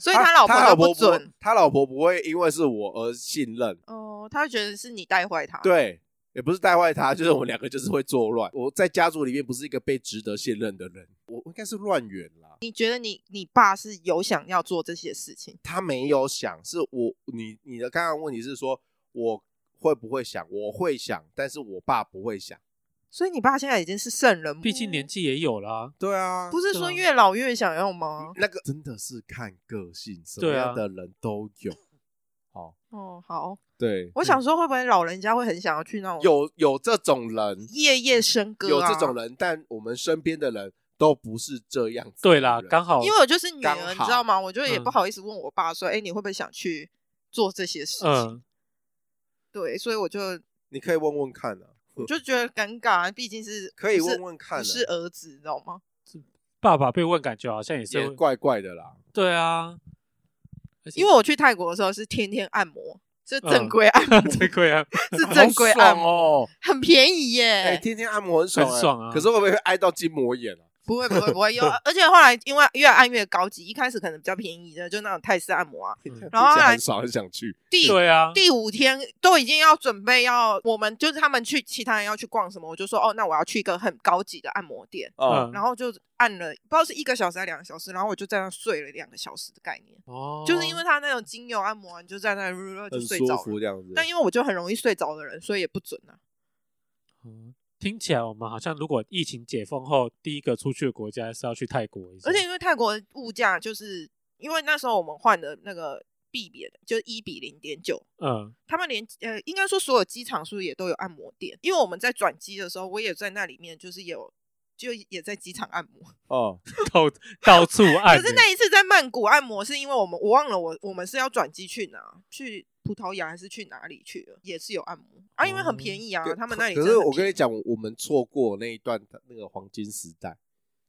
C: 所以他 老
A: 他
C: 都
A: 不
C: 不准。
A: 他老婆不会因为是我而信任，
C: 哦，他会觉得是你带坏他。，
A: 对，也不是带坏他，就是我们两个就是会作乱。我在家族里面不是一个被值得信任的人，我我应该是乱源啦。
C: 你觉得你你爸是有想要做这些事情？
A: 他没有想，是我你你的刚刚问题是说我会不会想？我会想，但是我爸不会想。
C: 所以你爸现在已经是圣人，
B: 毕竟年纪也有啦，
A: 对啊，
C: 不是
B: 对
C: 说
B: 啊
C: 越老越想要吗？
A: 那个真的是看个性，什么
B: 对啊
A: 样的人都有。好，
B: 嗯
C: 哦，好，
A: 对，
C: 我想说会不会老人家会很想要去那种
A: 有有这种人，
C: 夜夜笙嗯歌、啊，
A: 有这种人，但我们身边的人都不是这样子的
B: 对
A: 人。
B: 啦，刚好
C: 因为我就是女
A: 哦刚
C: 儿，你
A: 好
C: 知道吗？我就也
B: 嗯
C: 不好意思问我爸说，哎、你会不会想去做这些事情？
B: 嗯，
C: 对，所以我就
A: 你可以问问看啊，
C: 就觉得尴尬，啊毕竟是
A: 可以
C: 不是
A: 问问看啊
C: 不是儿子，你知道吗？
B: 爸爸被问，感觉好像也是
A: 也
B: 会
A: 怪怪的啦。
B: 对 啊，而且
C: 因为我去泰国的时候是天天按摩，是
B: 嗯
C: 正规按摩，
B: 这个呀，
C: 是正规按摩，
A: 好爽哦！
C: 很便宜耶。
A: 哎，天天按摩很爽，
B: 很爽啊
A: 可是会不会挨到筋膜炎啊？
C: 不会不会不 会，有，而且后来因为越按越高级，一开始可能比较便宜的，就那种泰式按摩啊。 然后
A: 听起来
C: 后来
A: 很爽，很想去。
C: 第
B: 对啊，
C: 第五天都已经要准备要，我们就是他们去，其他人要去逛什么，我就说哦，那我要去一个很高级的按摩店，
A: 哦
B: 嗯
C: 然后就按了不知道是一个小时还是两个小时，然后我就在那睡了两个小时的概念，
B: 哦，
C: 就是因为他那种精油按摩啊，你就在那噜噜就
A: 很
C: 睡
A: 舒
C: 着
A: 服
C: 了。
A: 这样子。
C: 但因为我就很容易睡着的人，所以也不准啊。
B: 嗯听起来我们好像如果疫情解封后第一个出去的国家是要去泰国一下，
C: 而且因为泰国的物价，就是因为那时候我们换的那个币别就是一比零点九，
B: 嗯
C: 他们连呃，应该说所有机场是不是也都有按摩店？因为我们在转机的时候，我也在那里面，就是有就也在机场按摩。
A: 哦，
B: 到到处欸按
C: 可是那一次在曼谷按摩，是因为我们我忘了我我们是要转机去哪，去葡萄牙还是去哪里去了，也是有按摩啊，因为很便宜啊，
A: 可
C: 他们那里
A: 哦可
C: 真
A: 是
C: 的
A: 我
C: 便
A: 跟
C: 宜
A: 你，讲，我们错过那一段那个黄金时代，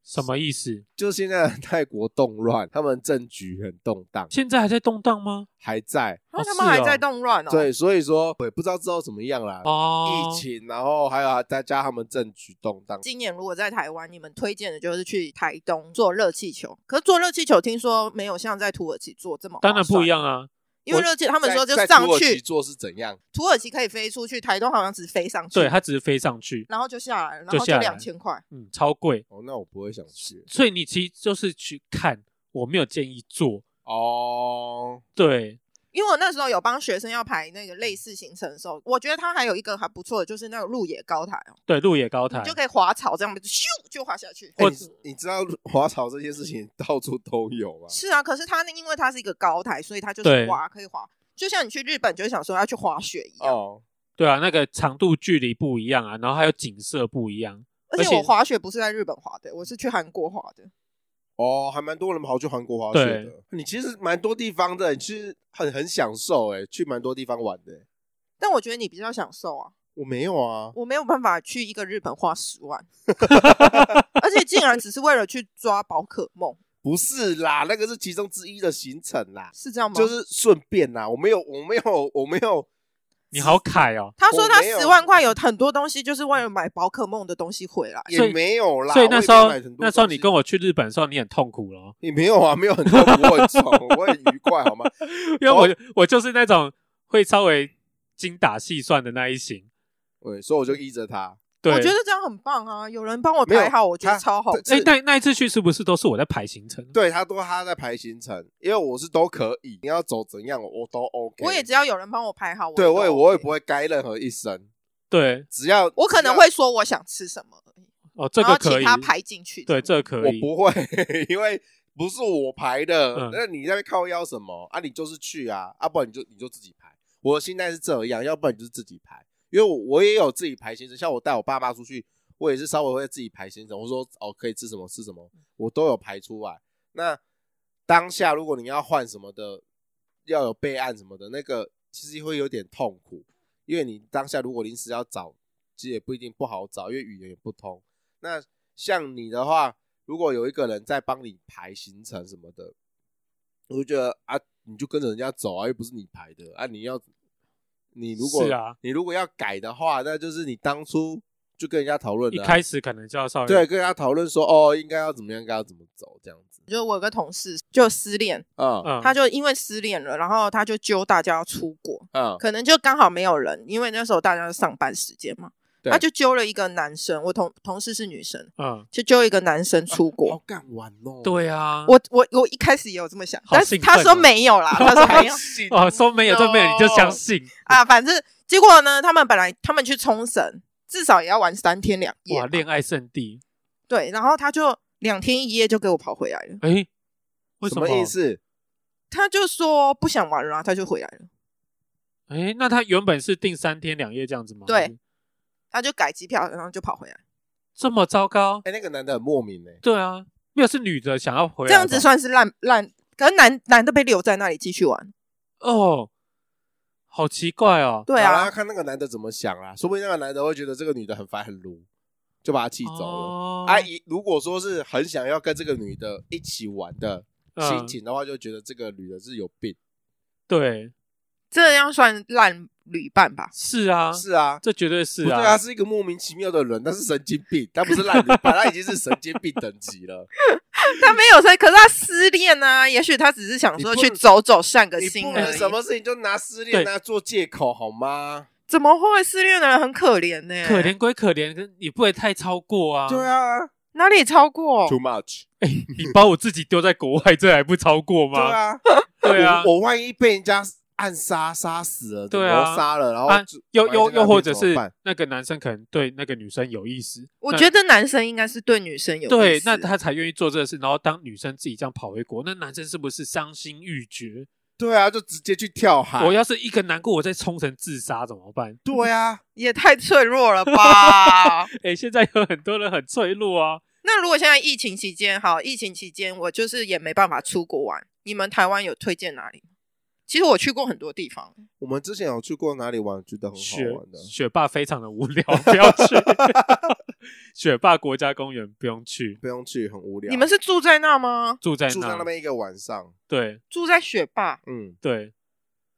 B: 什么意思？
A: 就是现在的泰国动乱，他们政局很动荡，
B: 现在还在动荡吗？
A: 还在。
C: 然后
B: 哦
C: 他们
B: 是
C: 还
B: 哦
C: 在动乱哦。
A: 对，所以说我也不知道之后怎么样啦。
B: 哦，
A: 疫情，然后还有啊再加他们政局动荡，
C: 今年如果在台湾，你们推荐的就是去台东做热气球。可是做热气球，听说没有像在土耳其做这么
B: 当然
C: 划算
B: 不一，样啊，
C: 因为
A: 我
C: 热气他们说就
A: 在在
C: 上
A: 土耳其
C: 去
A: 做是怎样？
C: 土耳其可以飞出去，台东好像只飞上去，
B: 对，它只是飞上去，
C: 然后就下来了，然
B: 就
C: 后
B: 下
C: 就
B: 来
C: 两千块。
B: 嗯，超贵，
A: 哦，那我不会想去
B: 所以你其实就是去看，我没有建议做，
A: 哦。
B: 对，
C: 因为我那时候有帮学生要排那个类似行程的时候，我觉得它还有一个还不错的，就是那个路野高台哦，
B: 对，路野高台
C: 你就可以滑草这样子，咻就滑下去。
A: 哎
B: 或
A: 你你知道滑草这件事情到处都有吗？
C: 是啊，可是它那因为它是一个高台，所以它就
B: 对
C: 是滑可以滑，就像你去日本就会想说要去滑雪一样。
A: 哦，
B: 对啊，那个长度距离不一样啊，然后还有景色不一样，
C: 而
B: 而且
C: 且我滑雪不是在日本滑的，我是去韩国滑的。
A: 哦，还蛮多人跑去韩国滑雪
B: 对
A: 的。你其实蛮多地方的，你其实很很享受哎、去蛮多地方玩的、
C: 但我觉得你比较享受啊，
A: 我没有啊，
C: 我没有办法 去一个日本花十万，而且竟然只是为了去抓宝可梦。
A: 不是啦，那个是其中之一的行程啦，
C: 是这样吗？
A: 就是顺便啊啦。我没有，我没 有，我没有。
B: 你好凯哦，
C: 他说他
A: 我没有
C: 十万块有很多东西，就是为了买宝可梦的东西回来。
B: 所
A: 也
B: 以
A: 没有啦。
B: 所以那时候那时候你跟
A: 我
B: 我去日本的时候，你很痛苦咯，
A: 也没有买很多东西也没有啊，没有很多，我很 爽，我很愉快，好吗？
B: 因为我、
C: 哦
B: 我就是那种会稍微精打细算的那一型。
A: 对，所以我就依着他。
B: 对，
C: 我觉得这样很棒啊！有人帮我
A: 没有
C: 排好，我觉得
A: 他
C: 超好。
A: 他
B: 哎、
A: 是
B: 那那一次去是不是都是我在排行程？
A: 对他都他在排行程，因为我是都可以，你要走怎样我都 OK。
C: 我也只要有人帮我排好，
A: 对
C: 都
A: 我也我也
C: OK
A: 不会该任何一声，
B: 对，
A: 只要
C: 我可能会说我想吃什么，
B: 哦，这
C: 然
B: 个
C: 后
B: 可
C: 请
B: 以，
C: 他排进去。
B: 对，这个可
A: 我
B: 以。
A: 不会， 因为不是我排的
B: 嗯，
A: 那、你在那边靠腰什么啊？你就是去啊，啊，不然你就你就自己排。我的心态是这样，要不然你就是自己排，因为我我也有自己排行程，像我带我爸妈出去，我也是稍微会自己排行程，我说哦可以吃什么吃什么，
B: 嗯
A: 我都有排出来。那当下如果你要换什么的，要有备案什么的，那个其实会有点痛苦，因为你当下如果临时要找，其实也不一定不好找，因为语言也不通。那像你的话，如果有一个人在帮你排行程什么的，我就觉得啊，你就跟着人家走啊，又不是你排的啊，你要你如果
B: 是啊
A: 你如果要改的话，那就是你当初就跟人家讨论
B: 一
A: 的啊、
B: 开始可能就要稍微
A: 对，跟人家讨论说哦，应该要怎么样，应该要怎么走这样子
C: 就我有个同事就失恋，
A: 啊
B: 嗯，
C: 他就因为失恋了，然后他就揪大家要出国，
A: 啊
B: 嗯
C: 可能就刚好没有人，因为那时候大家都上班时间嘛，
A: 对
C: 他就揪了一个男生，我同同事是女生，
B: 嗯，
C: 就揪一个男生出国。
A: 好敢玩哦，
B: 对啊，
C: 我我我一开始也有这么想，
B: 好
C: 但是
B: 兴
C: 他
B: 奋
C: 说
B: 哦
C: 没 有啦，他说没有
B: 哦说没有就没有，你就相信
C: 啊，反正结果呢，他们本来他们去冲绳至少也要玩三天两夜
B: 哇，
C: 嘛，
B: 恋爱圣地，
C: 对，然后他就两天一夜就给我跑回来了，
B: 哎，为
A: 什
B: 么
A: 么意？思？
C: 他就说不想玩了啊、他就回来了，
B: 哎，那他原本是订三天两夜这样子吗？
C: 对，他就改机票，然后就跑回来，
B: 这么糟糕？
A: 哎、那个男的很莫名哎、
B: 对啊，没有是女的想要回来
C: 这
B: 吧，
C: 样子算是烂烂，可是男男的被留在那里继续玩，
B: 哦，好奇怪哦。
C: 对
A: 好啦
C: 啊，
A: 看那个男的怎么想啦、说不定那个男的会觉得这个女的很烦很撸，就把她气走了。
B: 哦
C: 啊
A: 阿姨、如果说是很想要跟这个女的一起玩的心
B: 嗯
A: 情的话，就觉得这个女的是有病。
B: 对，
C: 这样算烂旅伴吧？
B: 是啊，
A: 是啊，
B: 这绝对是
A: 不对
B: 啊
A: 啊，，是一个莫名其妙的人，他是神经病，他不是烂女，本来已经是神经病等级 了。
C: 他没有在，可是他失恋啊，也许他只是想说
A: 你不
C: 去走走散个
A: 你
C: 心
A: 不
C: 而
A: 能
C: 已，
A: 什么事情就拿失恋啊做借口好吗？
C: 怎么会失恋的人很可怜呢、
B: 可怜归可怜，可也不会太超过啊。
A: 对，啊
C: 哪里超过？
A: ，too much。
B: 你把我自己丢在国外，这还不超过
A: 对
B: 吗？
A: 啊，
B: 对啊，
A: 我我万一被人家暗杀杀死了，
B: 对啊
A: 谋杀了，然后
B: 啊
A: 就
B: 又
A: 哎
B: 又
A: 这个
B: 又
A: 要
B: 或
A: 怎
B: 者
A: 么
B: 是
A: 办
B: 那个男生可能对那个女生有意思，
C: 我
B: 那
C: 觉得男生应该是对女生有意
B: 对，
C: 思
B: 那他才愿意做这个事。然后当女生自己这样跑回国，那男生是不是伤心欲绝？
A: 对啊，就直接去跳海。
B: 我要是一个难过，我在冲绳自杀怎么办？
A: 对啊，
C: 也太脆弱了吧？
B: 哎，现在有很多人很脆弱啊。
C: 那如果现在疫情期间，好，疫情期间我就是也没办法出国玩，你们台湾有推荐哪里？其实我去过很多地方，
A: 我们之前有去过哪里玩，觉得很好
B: 雪
A: 玩的。
B: 雪霸非常的无聊，不要去。 雪霸国家公园不用去，
A: 不用去，很无
B: 啊
A: 聊。
C: 你们是住在那吗？
B: 住在
A: 住在那边一个晚上，
B: 对
C: 住在雪霸
A: 嗯，
B: 对，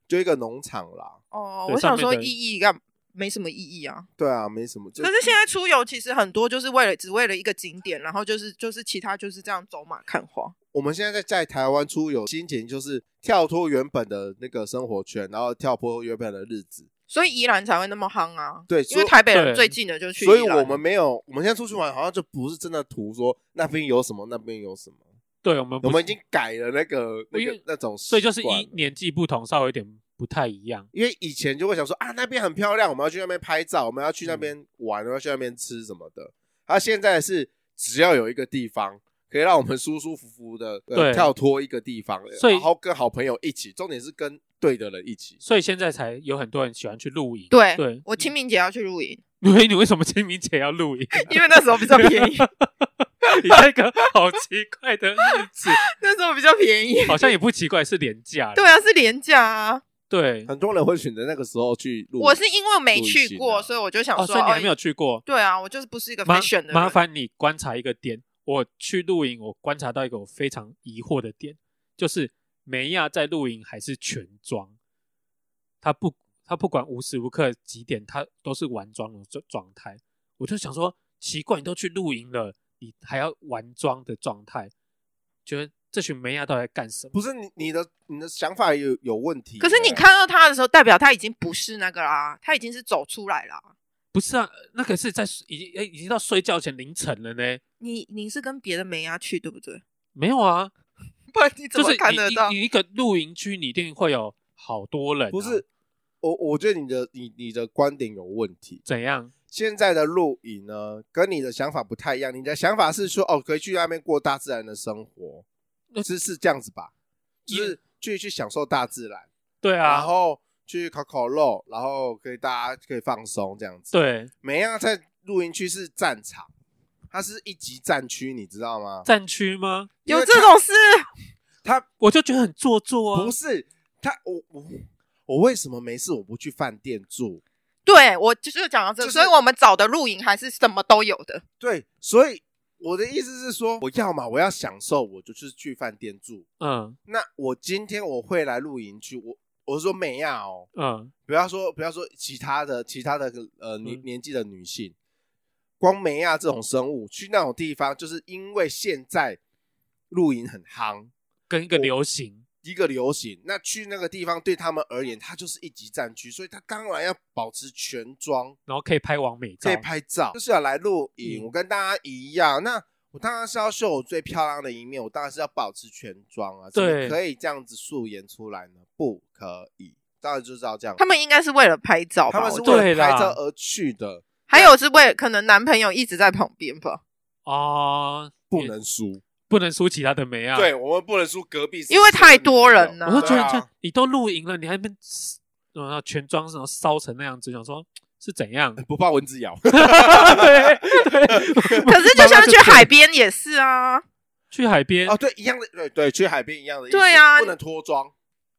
A: 就一个农场啦。
C: 哦，
B: 对
C: 我想
B: 上
C: 说
B: 面的
C: 意义干没什么意义啊。
A: 对啊，没什么。就
C: 可是现在出游其实很多就是为了只为了一个景点，然后就是就是其他就是这样走马看花。
A: 我们现在在在台湾出游，心情就是跳脱原本的那个生活圈，然后跳脱原本的日子。
C: 所以宜兰才会那么夯啊，
A: 对
C: 因为
A: 所
C: 台北人
B: 对
C: 最近的就去宜
A: 所
C: 兰，
A: 以我们没有，我们现在出去玩好像就不是真的图说那边有什么，那边有什么。
B: 对，我们不
A: 我们已经改了那个那
B: 因
A: 个
B: 为
A: 那种习
B: 所以就是
A: 惯
B: 一
A: 了
B: 年纪不同，稍微有点不太一样。
A: 因为以前就会想说啊，那边很漂亮，我们要去那边拍照，我们要去那边玩，我们要去那边吃什么的。而、现在是只要有一个地方可以让我们舒舒服服的、呃
B: 对
A: 跳脱一个地方，
B: 所以
A: 然后跟好朋友一起，重点是跟对的人一起。
B: 所以现在才有很多人喜欢去露营。
C: 对
B: 对，
C: 我清明节要去露营，
B: 因为你为什么清明节要露营？
C: 因为那时候比较便宜，
B: 你那个好奇怪的日 子，
C: 那时候比较便宜。
B: 好像也不奇怪，是廉价。
C: 对啊，是廉价啊。
B: 对，
A: 很多人会选择那个时候去录，
C: 我是因为没去
A: 露营
C: 过，
A: 啊
C: 所以我就想
B: 哦，
C: 说，
B: 所以你还没有
C: 哦
B: 去过。
C: 对啊，我就是不是一个
B: 麻
C: fashion 的人
B: 麻烦你观察一个点，我去露营，我观察到一个我非常疑惑的点，就是美亚在露营还是全装，她不她不管无时无刻几点，她都是玩装的状状态。我就想说，奇怪，你都去露营了，你还要玩装的状态，觉得这群美亚到底在干什么？
A: 不是你你的你的想法有有问题。
C: 可是你，看到他的时候，代表他已经不是那个啦，他已经是走出来啦。
B: 不是啊，那个是在已经诶已经到睡觉前凌晨了呢。
C: 你你是跟别的美亚去对不对？
B: 没有啊，
C: 不然你怎
B: 就
C: 么
B: 是
C: 看
B: 你
C: 得
B: 你
C: 到？
B: 你一个露营区，你一定会有好多人啊、
A: 不是我，我觉得你的你你的观点有问题。
B: 怎样？
A: 现在的露营呢，跟你的想法不太一样。你的想法是说，哦，可以去那边过大自然的生活，
B: 那
A: 是是这样子吧？就
B: 呃也
A: 是去去享受大自然，
B: 对
A: 然
B: 啊，
A: 后去烤烤肉，然后可以大家可以放松这样子。，
B: 对，
A: 美亚在露营区是战场，它是一级战区，你知道吗？
B: 战区吗？
A: 因为
C: 有这种事？
A: 它
B: 我就觉得很做作啊
A: 不。是它，我我我为什么没事我不去饭店住？
C: 对我就是讲到这，
A: 就是
C: 所以我们找的露营还是什么都有的。
A: 对，所以我的意思是说，我要嘛我要享受，我就是去饭店住。
B: 嗯
A: 那我今天我会来露营区，我我是说美亚哦，
B: 嗯，
A: 不要说不要说其他的其他的呃女
B: 嗯
A: 年纪的女性，光梅亚这种生物去那种地方，就是因为现在露营很夯，
B: 跟一个流行，
A: 一个流行，那去那个地方对他们而言，它就是一级战区，所以他当然要保持全装，
B: 然后可以拍完美照
A: 可以。拍照，就是要来露营。
B: 嗯
A: 我跟大家一样，那我当然是要秀我最漂亮的一面，我当然是要保持全装啊，怎么
B: 对
A: 可以这样子素颜出来呢？不可以，当然就是要这样。
C: 他们应该是为了拍照
A: 他
C: 吧？
A: 们
C: 我
A: 是
C: 觉得
A: 为
B: 对
A: 了
B: 啦
A: 拍照而去的，
C: 还有是为可能男朋友一直在旁边吧，
B: 哦，
A: 不能输。
B: 不能输其他的美啊。，
A: 我们不能输隔壁，
C: 因为太多人了
B: 我就觉
A: 对
B: 得这
A: 啊
B: 样，你都露营了，你还没然后全装什么烧成那样子，想说是怎 样？
A: 不怕蚊子咬。
B: 对对。
C: 可是就像去
B: 慢慢
C: 海边也是 啊，
B: 去海边
A: 哦，，对，一样的，对对，去海边一样的意思，
C: 对啊
A: 不能脱妆。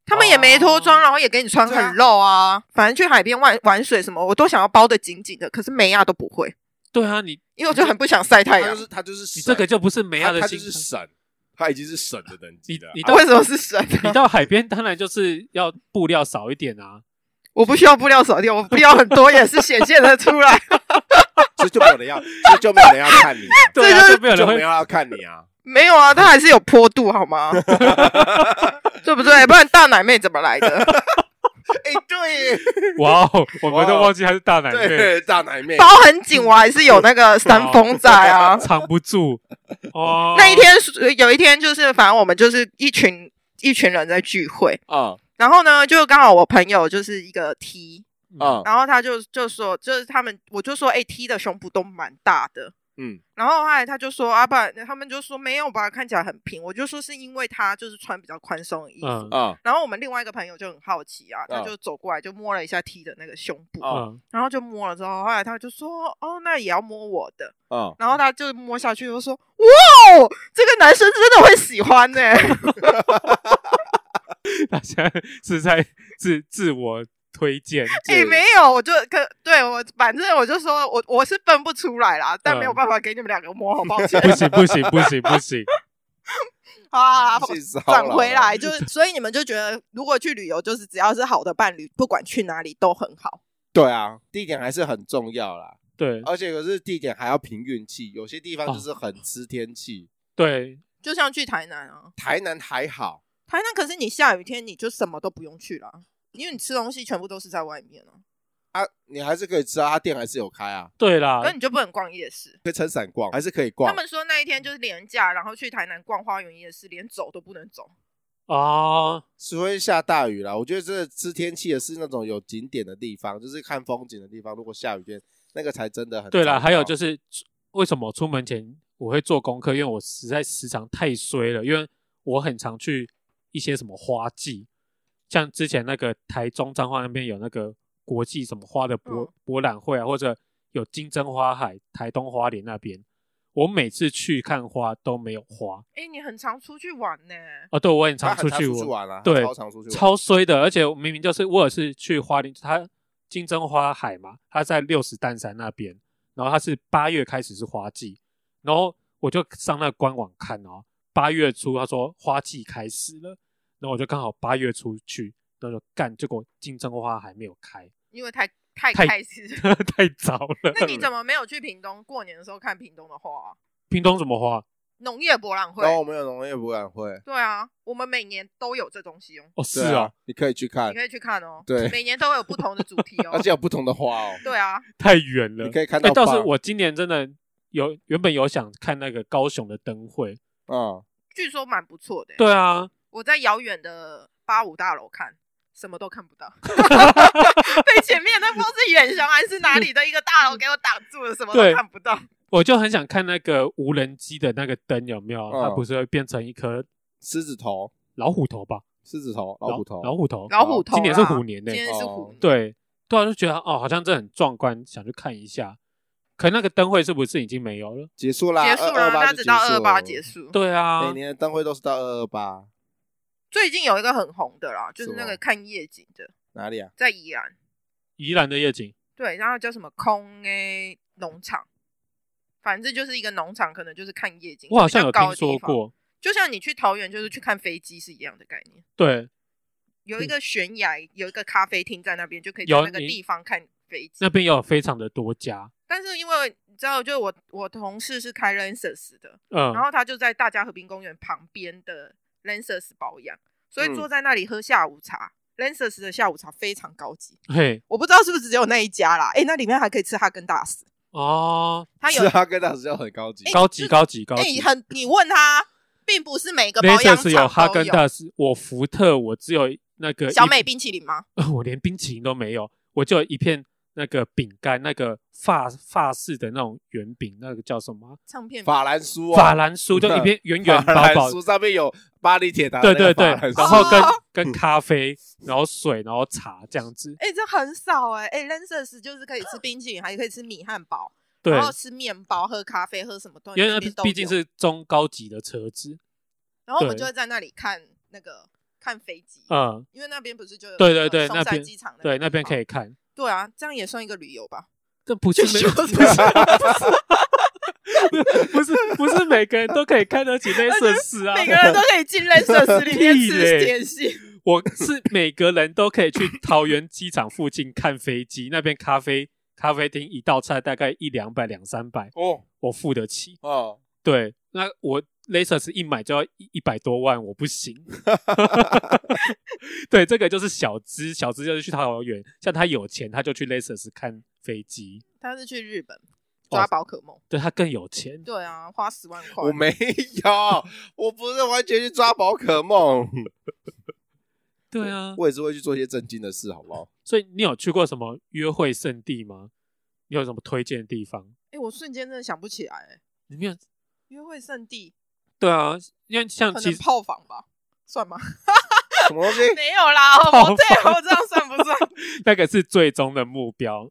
C: 他们也没脱妆，然后也给你穿
A: 对啊
C: 很露啊。反正去海边玩玩水什么，我都想要包的紧紧的，可是美亚都不会，
B: 对啊，你
C: 因为我就很不想晒
A: 他
C: 太
A: 就
C: 阳。
A: 是他就是神
B: 你这个就不是美亚
A: 他
B: 的
A: 他
B: 心
A: 就
B: 态，
A: 是神，他已经是神的等级了。
B: 你你
A: 啊
C: 为什么是神啊、
B: 你到海边当然就是要布料少一点啊，
C: 我不需要布料手电，我布料很多也是显现的出来。
A: 所以就没有人要，所以就没有人要看你啊，
B: 对啊，
C: 这就是
B: 就没有
A: 就没有
B: 人会
A: 人要看你 啊。
C: 没有啊，它还是有坡度好吗？ 对不对？不然大奶妹怎么来的？
A: 哎，对，
B: 哇哦，我们都
A: 哇哦
B: 忘记他是大奶妹，
A: 对，大奶妹
C: 包很紧，我还是有那个山峰在啊。
B: 藏不 住哦。
C: 那一天是有一天就是，反正我们就是一群一群人在聚会，
A: 啊
C: 然后呢，就刚好我朋友就是一个 T，
A: 啊，
C: 然后他就就说，就是他们，我就说，哎、t 的胸部都蛮大的。
A: 嗯，
C: 然后后来他就说啊，不然，他们就说没有吧，看起来很平。我就说是因为他就是穿比较宽松的衣服。
B: 嗯
A: 啊
C: 然后我们另外一个朋友就很好奇啊，他
A: 嗯
C: 就走过来就摸了一下 T 的那个胸部，
A: 哦
B: 嗯
C: 然后就摸了之后，后来他就说哦，那也要摸我的。
A: 啊，
C: 然后他就摸下去，就说哇哦，这个男生真的会喜欢呢、
B: 大家是在自自我推荐，
C: 也、哎
A: 嗯
C: 没有，我就可对我，反正我就说我我是分不出来啦，但没有
B: 嗯
C: 办法给你们两个摸，好抱歉
B: 不行不行不行不行，
C: 啊。
A: 性骚扰
C: 转回来就是，所以你们就觉得，如果去旅游，就是只要是好的伴侣，不管去哪里都很好。
A: 对啊，地点还是很重要啦，
B: 对
A: 而且可是地点还要凭运气，有些地方
B: 哦
A: 就是很吃天气。
B: 对，
C: 就像去台南啊，
A: 台南还好，
C: 台南可是你下雨天你就什么都不用去了，因为你吃东西全部都是在外面啊，
A: 啊，你还是可以吃啊，它店还是有开啊，
B: 对啦
C: 可，是你就不能逛夜市。
A: 可以撑伞逛，还是可以
C: 他
A: 逛。
C: 们说那一天就是廉价，然后去台南逛花园夜市，连走都不能走。
B: 哦，
A: 除非下大雨啦，我觉得这吃天气的是那种有景点的地方，就是看风景的地方。如果下雨天，那个才真的很
B: 对啦，
A: 糟糕
B: 还有就是为什么出门前我会做功课，因为我实在时常太衰了，因为我很常去一些什么花季，像之前那个台中彰化那边有那个国际什么花的博、
C: 嗯
B: 博览会啊，或者有金针花海、台东花莲那边，我每次去看花都没有花
C: 哎、你很常出去玩呢、
B: 啊，对我很
A: 他
B: 常
A: 很
B: 出
A: 常
B: 去
A: 出
B: 玩，
A: 玩啦，啊他
B: 对
A: 超常出去玩，
B: 超衰的，而且我明明就是我也是去花莲，它金针花海嘛，它在六十担山那边，然后它是八月开始是花季，然后我就上那个官网看哦，八月初他说花季开始了，然后我就刚好八月初去，然后就干，结果金针花还没有开，
C: 因为太太
B: 太
C: 开始。
B: 太早了。
C: 那你怎么没有去屏东过年的时候看屏东的花、啊？
B: 屏东怎么花？
C: 农业博览会
A: 然，后我们有农业博览会，
C: 对啊，我们每年都有这东西哦，
B: 哦，是
A: 对
B: 啊
A: 啊，，你可以去看
C: 你，可以去看哦。
A: 对
C: 每年都有不同的主 题哦
A: 而。且有不同的花哦，
C: 对啊，
B: 太远了。
A: 你可以看
B: 哎
A: 到
B: 倒是
A: 棒
B: 我今年真的有原本有想看那个高雄的灯会，
A: 嗯，
C: 据说蛮不错的。，
B: 对啊，
C: 我在遥远的八五大楼看，什么都 看不到，被前面那不知道是远雄还是哪里的一个大楼给我挡住了，什么
B: 对
C: 都看不到。
B: 我就很想看那个无人机的那个灯有没有，
A: 嗯
B: 它不是会变成一颗
A: 狮子头，
B: 老虎头吧？
A: 狮子头，老虎头，
B: 老虎头，
C: 老虎头
B: 哦
C: 啦，
B: 今
C: 啊
B: 年是虎年呢、
C: 今年是虎
A: 哦
C: 年。
B: 对对啊，就觉得哦，好像这很壮观，想去看一下。可那个灯会是不是已经没有了？
A: 结束啦，
C: 结束了，
A: 228
C: 那
A: 就
C: 直到
A: 结
C: 二
A: 束了
C: 八结。束。
B: 对啊
A: 每，年的灯会都是到二二八，
C: 最近有一个很红的啦，就是
A: 什
C: 那
A: 么
C: 个看夜景的，
A: 哪里啊？
C: 在宜兰。
B: 宜兰的夜景，
C: 对，然后叫什么空 A 农场，反正就是一个农场，可能就是看夜景。
B: 我好
C: 比较
B: 像有
C: 高
B: 听
C: 的
B: 说
C: 地方，
B: 过。
C: 就像你去桃园就是去看飞机是一样的概念。
B: 对，
C: 有一个悬崖，有一个咖啡厅在那边，就可以
B: 嗯
C: 在
B: 有
C: 那个
B: 你
C: 地方看飞机
B: 那。边也有非常的多家，
C: 但是因为你知道，就我我同事是开 Lancers 的，
B: 嗯
C: 然，后他就在大家和平公园旁边的 Lancers 保养，所以
A: 嗯
C: 坐在那里喝下午茶。Lancers 的下午茶非常高级，
B: 嘿，
C: 我不知道是不是只有那一家啦。诶，那里面还可以吃哈根达斯，
B: 哦，
C: 他有
A: 是啊哈根达斯就很高级，
B: 高级高级高
C: 哎、
B: 级。
C: 很，你问他，并不是每个保
B: l a
C: 养
B: c e s
C: 厂都
B: 有哈根达斯，我福特我只有那个
C: 小
B: 一
C: 美冰淇淋吗？
B: 我连冰淇淋都没有，我就有一片那个饼干，那个法法式的那种圆饼，那个叫什么啊？
C: 唱片
A: 法兰苏哦，
B: 法兰酥，就一片圆圆
A: 法
B: 饱
A: 兰
B: 饱。
A: 苏上面有巴黎铁塔的
B: 对
A: 那
B: 对
A: 个
B: 对
A: 法兰，苏，啊
B: 然后跟
C: 哦
B: 跟咖啡，然后水，然后茶这样子。
C: 哎、这很少哎、哎、l a n c e s 就是可以吃冰淇淋，还可以吃米汉堡，
B: 对
C: 然，后吃面包、喝咖啡、喝什么东西，
B: 因为那
C: 那边
B: 毕
C: 都
B: 毕竟
C: 有，
B: 是中高级的车子。
C: 然后我们
B: 对
C: 就会在那里看那个看飞机，
B: 嗯，
C: 因为那边不是就有
B: 对
C: 那个
B: 对对
C: 松
B: 那
C: 山
B: 边
C: 机场
B: 对，那边可
C: 以，
B: 以看。
C: 对啊，这样也算一个旅 游吧，
B: 这不是每 不是不是不是每个人都可以看得起那些设施啊。
C: 每个人都可以进 Lancers 里面
B: 屁
C: 吃
B: 嘞
C: 点心，
B: 我是每个人都可以去桃园机场附近看飞机，那边咖啡咖啡厅一道菜大概一两百两三百，
A: 哦
B: 我付得起。
A: 哦，
B: 对，那我 Laser 是一买就要一一百多万，我不行。 对，这个就是小资，小资就是去桃园，像他有钱他就去 Laser 看飞机，
C: 他是去日本抓
B: 哦
C: 宝可梦，
B: 对他更有钱。
C: 对啊，花十万块，
A: 我没有，我不是完全去抓宝可 梦，
B: 对啊，
A: 我也是会去做一些正经的事，好不好？
B: 所以你有去过什么约会圣地吗？你有什么推荐的地方？
C: 哎、我瞬间真的想不起来、欸，
B: 你没有？
C: 约会圣地
B: 对啊，因为像
C: 可
B: 其
C: 能
B: 实
C: 炮房吧，算吗？
A: 什么东西？
C: 没有 啦，我
B: 炮
C: 对我这样算不 算？
B: 那个是最终的目标，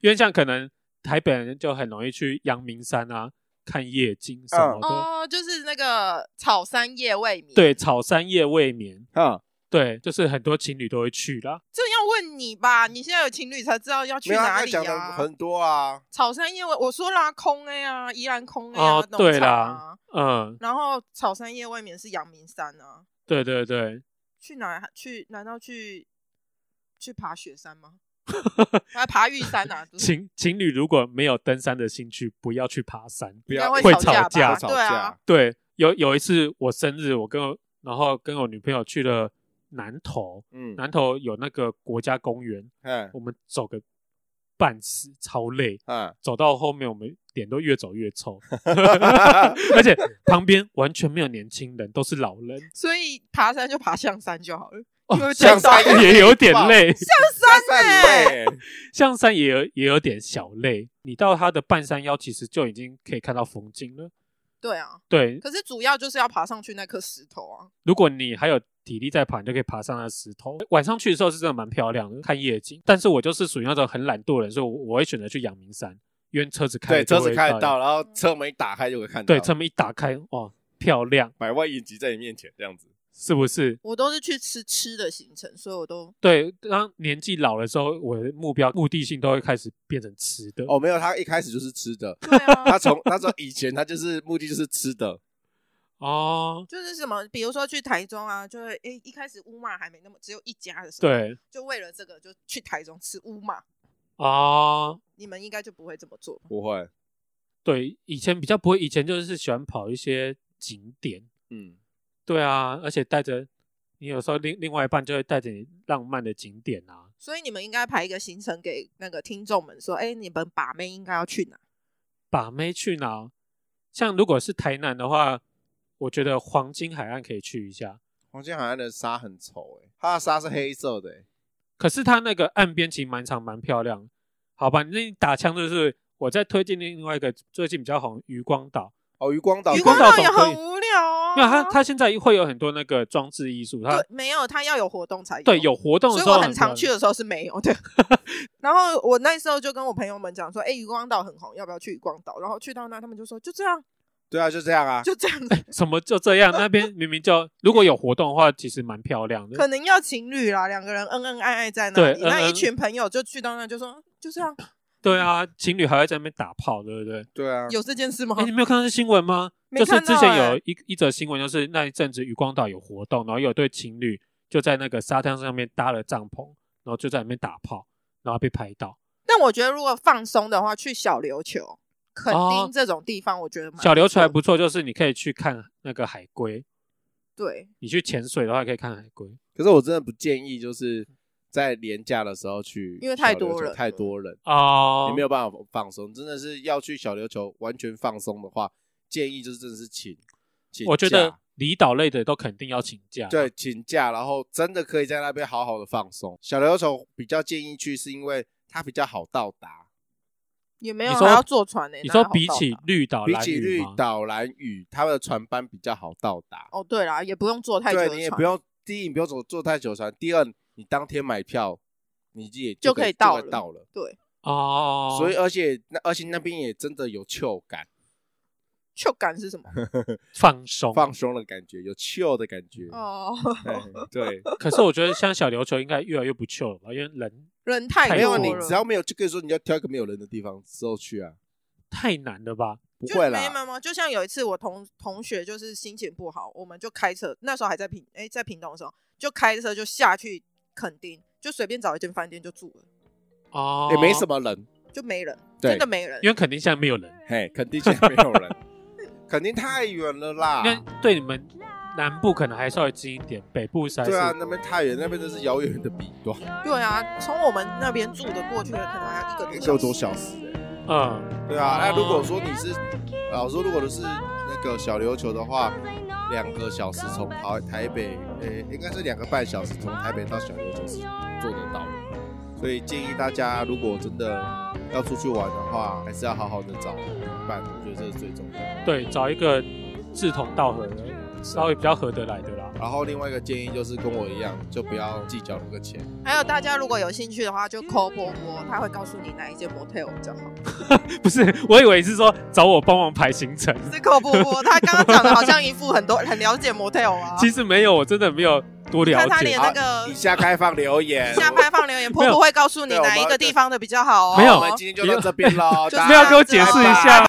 B: 因为像可能台北人就很容易去阳明山啊看夜景什么的，
C: 哦，就是那个草山夜未眠。，
B: 对，草山夜未眠，
A: 哈，
B: 对，就是很多情侣都会去啦。
C: 这要问你吧，你现在有情侣才知道要去
A: 没有啊，
C: 哪
A: 他
C: 里
A: 讲的
C: 啊？
A: 很多啊，
C: 草山夜未，我说啦，空 A 啊，宜兰空 A 啊，
B: 哦，
C: 农
B: 对
C: 场啊
B: 啦，，嗯，
C: 然后草山夜未眠是阳明山啊，
B: 对对对，
C: 去哪？去难道去去爬雪山 吗？还爬玉山啊？不是
B: 情情侣如果没有登山的兴趣，不要去爬山。
A: 不
C: 应该
A: 要
B: 会
C: 吵
B: 吵架
C: 吧？
A: 会
B: 吵
C: 对啊，，
B: 对，有有一次我生日，我跟我然后跟我女朋友去了南投，
A: 嗯，
B: 南投有那个国家公园，
A: 嗯
B: 我们走个半死，超累，
A: 嗯，
B: 走到后面，我们脸都越走越 臭，而且旁边完全没有年轻人，都是老人，
C: 所以爬山就爬象山就好了。因为
B: 哦，
C: 这
B: 象
C: 样
B: 山
A: 子
B: 也有点 累，
C: 山欸
A: 累，
B: 象山也有也有点小累。你到它的半山腰，其实就已经可以看到风景了。
C: 对啊，
B: 对，
C: 可是主要就是要爬上去那颗石头啊。
B: 如果你还有体力在爬，你就可以爬上那石头。晚上去的时候是真的蛮漂亮的，看夜景。但是我就是属于那种很懒惰的人，所以我我会选择去阳明山，因为车子开
A: 对，
B: 了
A: 车
B: 就
A: 子
B: 会
A: 看得
B: 到
A: 到，，然后车门一打开就会看到，
B: 对，车门一打开，哇，漂亮。
A: 百万影集在你面前这样子，
B: 是不是？
C: 我都是去吃吃的行程，所以我都
B: 对，当年纪老的时候，我的目标目的性都会开始变成吃的。
A: 哦，没有，他一开始就是吃的，
C: 对 啊，
A: 他从他从以前他就是目的就是吃的，
B: 哦，
C: 就是什么，比如说去台中啊，就会诶一开始乌马还没那么只有一家的时候，，
B: 对，
C: 就为了这个就去台中吃乌马，
B: 哦，
C: 你们应该就不会这么做吧。
A: 不会，
B: 对，以前比较不会，以前就是喜欢跑一些景点。
A: 嗯，
B: 对啊，而且带着你有时候另另外一半就会带着你浪漫的景点啊。
C: 所以你们应该排一个行程给那个听众们说，哎、你们把妹应该要去哪？
B: 把妹去哪？像如果是台南的话，我觉得黄金海岸可以去一下。
A: 黄金海岸的沙很丑哎、它的沙是黑色的、欸，
B: 可是它那个岸边其实蛮长蛮漂亮的。好吧，那你打枪就是我在推荐另外一个最近比较红渔光岛，
A: 哦，渔光岛，
C: 渔
B: 光
C: 光
B: 岛
C: 岛也
B: 总可以
C: 很无聊啊。
B: 因为它它现在会有很多那个装置艺术，它
C: 对没有，他要有活动才有。
B: 对有活动的
C: 所
B: 时
C: 以
B: 候
C: 我很常
B: 多
C: 去的时候是没有的。 然后我那时候就跟我朋友们讲说，哎、渔光岛很红，要不要去渔光岛？然后去到那，他们就说就这样，
A: 对啊，就这样啊，
C: 就这样，
B: 什么就这样，那边明明 就如果有活动的话，其实蛮漂亮的
C: 可。能要情侣啦，两个人恩恩爱爱在那
B: 对
C: 里。
B: 恩
C: 那一
B: 恩
C: 群朋友就去到那就说就这样，
B: 对啊，情侣还会在那边打炮，对不对？
A: 对啊，
C: 有这件事吗
B: 哎、？你没有看到这新闻吗？
C: 哦没
B: 就是
C: 看到
B: 之前
C: 欸
B: 有一一则新闻，就是那一阵子渔光岛有活动，然后有对情侣就在那个沙滩上面搭了帐篷，然后就在里面打炮，然后被拍到。
C: 但我觉得如果放松的话，去小琉球、垦
B: 哦
C: 丁这种地方，我觉得蛮
B: 小琉球还
C: 错
B: 不错，就是你可以去看那个海龟，
C: 对。
B: 你去潜水的话可以看海龟。
A: 可是我真的不建议就是在廉价的时候去小琉球，
C: 因为太多人
A: 太多人，
B: 哦
A: 你没有办法放松，真的是要去小琉球完全放松的话，建议就是真的是请，请
B: 我觉得
A: 假
B: 离岛类的都肯定要请假。
A: 对，请假，然后真的可以在那边好好的放松。小琉球比较建议去，是因为它比较好到达，
C: 也没
B: 你
C: 有
B: 说
C: 还要坐船呢、
B: 你
C: 哪
B: 说
C: 哎有好
B: 比
C: 到
B: 起
C: 达
B: 绿岛、
A: 比
B: 蓝
A: 起
B: 屿
A: 绿
B: 吗，
A: 岛、蓝屿，他们的船班比较好到达。
C: 哦，对啦，也不用坐太久的
A: 对
C: 船，
A: 你也不用，第一你不用走坐太久的船，第二你当天买票，你也
C: 就可
A: 可
C: 以
A: 到
C: 到了
A: 到了。
B: 哦，
A: 所以呃而且那而且那边也真的有秋感，
C: 就感是什 么？
B: 放松
A: 放松的感觉，有秋的感觉。
C: 哦，
A: 哎对，
B: 可是我觉得像小琉球应该越来越不旧了吧，因为人
C: 人太
B: 太
A: 没有啊
C: 多
A: 你
C: 了
A: 只要没有，就跟你说你要挑一个没有人的地方之后去啊，
B: 太难了吧？
A: 不
C: 就
A: 会
C: 没
A: 啦。
C: 有吗？就像有一次我同同学就是心情不好，我们就开车，那时候还在平哎、在屏东的时候，就开车就下去垦丁，就随便找一间饭店就住了，
B: 哦，
A: 也没什么人，
C: 就没人，
A: 对
C: 真的没人
B: 因。为肯定现在没有人。
A: 嘿，肯定现在没有人， 肯定太远了啦。
B: 因为对你们南部可能还稍微近一点，北部实在是
A: 对啊，那边太远，那边真是遥远的彼端，
C: 对啊，从我们那边住的过去可能还要一个
A: 一
C: 多
A: 个
C: 小
A: 多
C: 时。
A: 小时哎、
B: 嗯，
A: 对啊，那如果说你是，啊，我说如果是那个小琉球的话，两个小时从台台北，呃、应该是两个半小时从台北到小琉球是做得到的。所以建议大家，如果真的要出去玩的话，还是要好好的找旅伴，我觉得这是最重要的。
B: 对，找一个志同道合的，稍微比较合得来的 啦。
A: 然后另外一个建议就是跟我一样，就不要计较那个钱。
C: 还有大家如果有兴趣的话，就 call 波波，他会告诉你哪一间 motel 比较好。
B: 不是，我以为是说找我帮忙排行程，
A: 啊
C: 是 call 波波，他刚刚讲的好像一副很多很了解 motel 啊。
B: 其实没有，我真的没有多了
C: 看他
B: 解
C: 连。那个
A: 以下开放留言，
C: 呃下拍放留言，
B: 没
C: 波
B: 有
C: 波会告诉你
A: 对我们
C: 哪一个地方的比较好哦。
B: 没有
A: 我们今天就到这边喽，
C: 就是
A: 大
B: 没
A: 家
B: 有给我解释一下